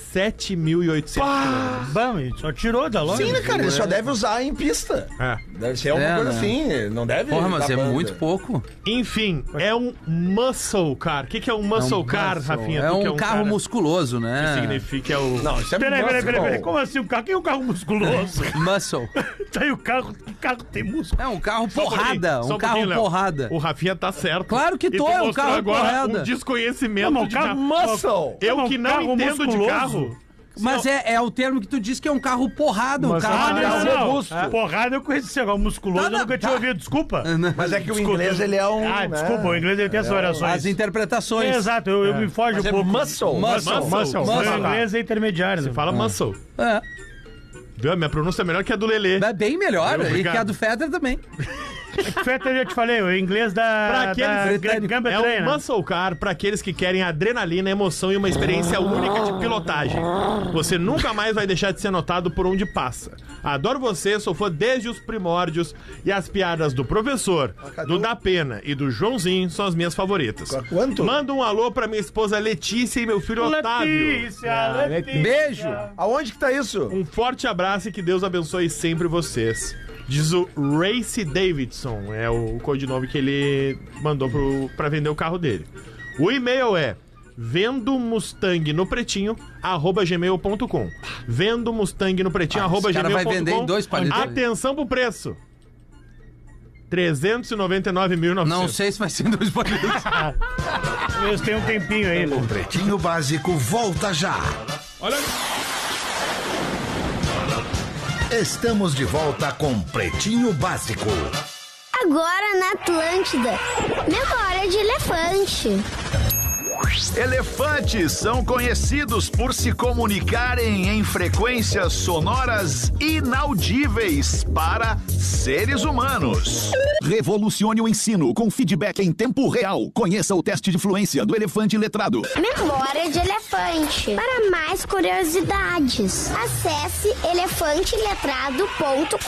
F: quilômetros.
D: Bom, ele só tirou da loja.
E: Sim, né, cara? Ele só deve usar em pista.
F: É.
E: Deve ser alguma
C: É,
E: coisa
C: né?
E: assim. Não deve.
C: Porra, mas
E: dar
C: é
E: banda.
C: muito pouco.
F: Enfim, é um muscle car. O que, que é um muscle car, Rafinha?
C: É
F: Tu que
C: um carro
F: cara
C: musculoso, né?
F: que Significa que é o.
E: Não, isso é
D: Peraí, peraí, peraí,
E: bom.
D: peraí. Como assim? O carro? Quem é o carro musculoso?
C: Muscle.
D: tá aí o carro. Que carro tem músculo?
C: É um carro
F: Só pouquinho,
C: porrada.
F: só
C: um carro
F: pouquinho, Léo.
C: porrada.
F: O Rafinha tá certo.
C: Claro que
F: E
C: tô,
F: tu
C: é um
F: mostrou
C: carro
F: agora
C: porrada.
F: Um desconhecimento
D: Não, mas o
F: de
D: carro
F: carro.
E: Muscle.
F: Eu
D: Não,
F: que
D: um
F: não
D: carro
F: entendo de
D: musculoso.
F: carro.
C: Mas é, é o termo que tu diz que é um carro porrada. Um
D: Ah,
C: carro
F: é
D: não,
C: Não,
D: não,
E: é robusto.
D: não. Porrada eu conheci. Agora, musculoso
C: Tá,
D: eu nunca
C: tá.
D: tinha ouvido. Desculpa.
C: né?
E: Mas é que o inglês, ele é um.
D: Ah,
E: né?
D: desculpa. O inglês ele tem essas
C: As
D: variações.
C: interpretações.
D: Exato, eu, eu me foge
E: Mas
D: um
E: é
D: pouco.
E: muscle.
C: Muscle.
F: Muscle.
D: O inglês é intermediário. né?
F: Fala muscle.
C: É.
F: Viu? A minha pronúncia é melhor que a do Lelê.
C: É bem melhor.
F: Obrigado.
C: E que a do Feder também.
D: Feta, eu já te falei, o inglês da,
F: Pra
D: da
F: aqueles
D: Gran-
F: é
D: Grã-Bretanha.
F: um
D: né?
F: muscle car para aqueles que querem adrenalina, emoção e uma experiência única de pilotagem. Você nunca mais vai deixar de ser notado por onde passa. Adoro você, sou fã desde os primórdios e as piadas do professor, do Da Pena e do Joãozinho são as minhas favoritas.
E: Quanto?
F: Manda um alô para minha esposa Letícia e meu filho Otávio. Ah,
D: Letícia,
F: é
D: Letícia.
E: Beijo! Aonde que tá isso?
F: Um forte abraço e que Deus abençoe sempre vocês. Diz o Race Davidson, é o codinome que ele mandou pro, pra vender o carro dele. O e-mail é vendo Mustang no pretinho, arroba gmail.com. Vendo Mustang no pretinho, arroba
C: Ah, esse cara vai
F: gmail.com.
C: vender em dois palitos. né?
F: Atenção pro preço. 399.900.
C: Não sei se vai ser dois boletos.
D: Eles têm um tempinho aí, né?
A: Pretinho Básico volta já.
F: Olha,
A: Estamos de volta com Pretinho Básico.
I: Agora na Atlântida. Memória de elefante.
A: Elefantes são conhecidos por se comunicarem em frequências sonoras inaudíveis para seres humanos. Revolucione o ensino com feedback em tempo real. Conheça o teste de fluência do elefante letrado.
I: Memória de elefante. Para mais curiosidades, acesse elefanteletrado.com.br.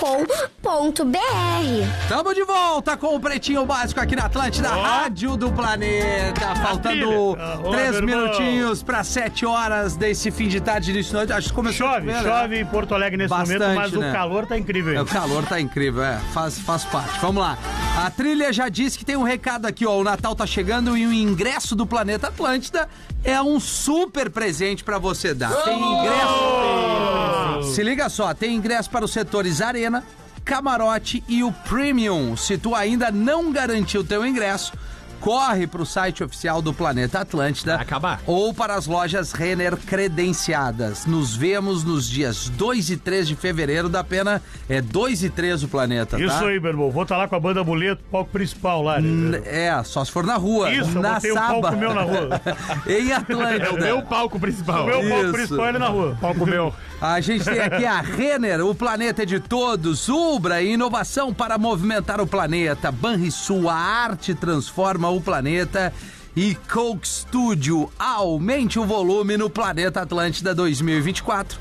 C: Tamo de volta com o Pretinho Básico aqui na Atlântida, Rádio do Planeta. Faltando
D: Maravilha. Arroba,
C: três
D: meu irmão.
C: minutinhos para sete horas desse fim de tarde, início de noite. Acho que começou a
D: Chove,
C: chover, né?
D: chove em Porto Alegre nesse
C: Bastante,
D: momento, mas
C: né?
D: o calor tá incrível.
C: É,
D: aí.
C: o calor tá incrível, é. Faz, faz parte. Vamos lá. A trilha já disse que tem um recado aqui, ó. O Natal tá chegando e o ingresso do Planeta Atlântida é um super presente pra você dar. Tem ingresso. Se liga só, tem ingresso para os setores Arena, Camarote e o Premium. Se tu ainda não garantiu teu ingresso, corre pro site oficial do Planeta Atlântida
F: Vai acabar.
C: ou para as lojas Renner credenciadas. Nos vemos nos dias 2 e 3 de fevereiro da pena. É 2 e 3 o planeta, tá?
D: Isso aí, meu irmão. Vou estar lá com a banda Boleto, palco principal lá. Né, meu
C: N-
D: irmão?
C: É, só se for na rua.
D: Isso, eu
C: na
D: botei um
C: Saba.
D: palco meu na rua.
C: em
F: é o
C: Atlântida.
F: meu palco principal.
D: Meu
C: Isso.
D: palco principal é na rua.
F: palco meu.
C: A gente tem aqui a Renner, o planeta é de todos, Ubra, inovação para movimentar o planeta, Banrisul, a arte transforma o planeta e Coke Studio, aumente o volume no Planeta Atlântida 2024.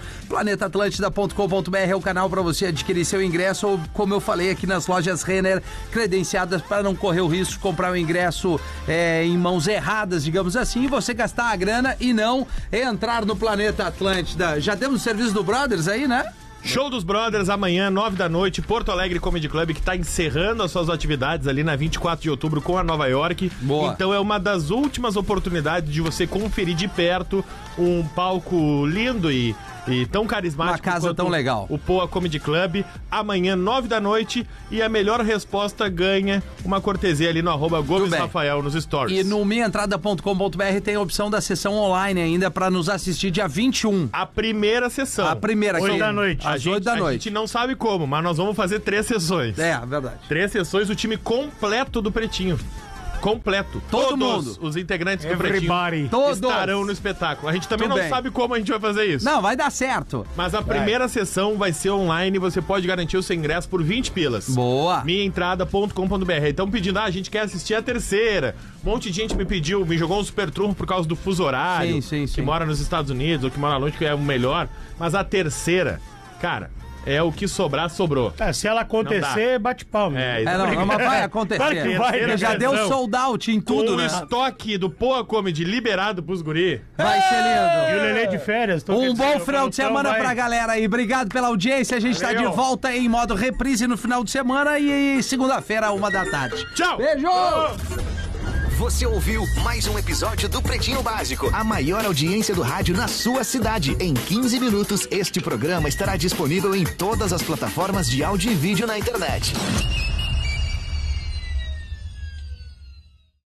C: Planetaatlântida.com.br é o canal para você adquirir seu ingresso ou, como eu falei aqui nas lojas Renner, credenciadas para não correr o risco de comprar o ingresso é, em mãos erradas, digamos assim, e você gastar a grana e não entrar no Planeta Atlântida. Já temos o serviço do Brothers aí, né?
F: Show dos Brothers amanhã, 9 da noite, Porto Alegre Comedy Club, que tá encerrando as suas atividades ali na 24 de outubro com a Nova York.
C: Boa.
F: Então é uma das últimas oportunidades de você conferir de perto um palco lindo e, e tão carismático.
C: Uma casa
F: quanto
C: tão legal.
F: O Poa Comedy Club, amanhã, 9 da noite, e a melhor resposta ganha uma cortesia ali no arroba Gomes
C: bem.
F: Rafael nos stories.
C: E no minhaentrada.com.br tem a opção da sessão online ainda para nos assistir dia 21.
F: A primeira sessão.
C: A primeira
D: Oito
C: aqui.
D: da noite.
F: A
C: Às
F: gente,
C: 8 da
F: a
C: noite.
F: gente não sabe como, mas nós vamos fazer três sessões.
C: É, verdade.
F: Três sessões, o time completo do Pretinho. Completo.
C: Todo
F: Todos
C: mundo.
F: os integrantes do
G: Everybody.
F: Pretinho
C: Todos.
F: estarão no espetáculo. A gente também
C: Tudo
F: não
C: bem.
F: sabe como a gente vai fazer isso.
C: Não, vai dar certo.
F: Mas a primeira sessão vai ser online você pode garantir o seu ingresso por 20 pilas.
C: Boa.
F: Minhaentrada.com.br. Então pedindo, ah, a gente quer assistir a terceira. Um monte de gente me pediu, me jogou um super trunfo por causa do fuso horário.
C: Sim, sim, sim.
F: Que mora nos Estados Unidos ou que mora longe, que é o melhor. Mas a terceira, cara, é o que sobrar, sobrou.
D: Tá, se ela acontecer, bate palma.
F: É,
C: É, não, não, mas vai acontecer.
D: Claro que vai,
C: Porque
D: né,
C: já deu
D: Pedrão?
C: sold out em tudo,
F: Com o
C: né?
F: estoque do Poa Comedy liberado pros guri.
C: Vai ser
D: E o
C: lindo.
D: Lelê de férias. então quer
C: Um
D: dizer,
C: bom final
D: a
C: de
D: produção
C: semana
D: vai-
C: pra galera aí. Obrigado pela audiência. A gente tá de
F: Valeu.
C: volta em modo reprise no final de semana e segunda-feira, uma da tarde.
F: Tchau!
C: Beijo!
A: Você ouviu mais um episódio do Pretinho Básico, a maior audiência do rádio na sua cidade. Em 15 minutos, este programa estará disponível em todas as plataformas de áudio e vídeo na internet.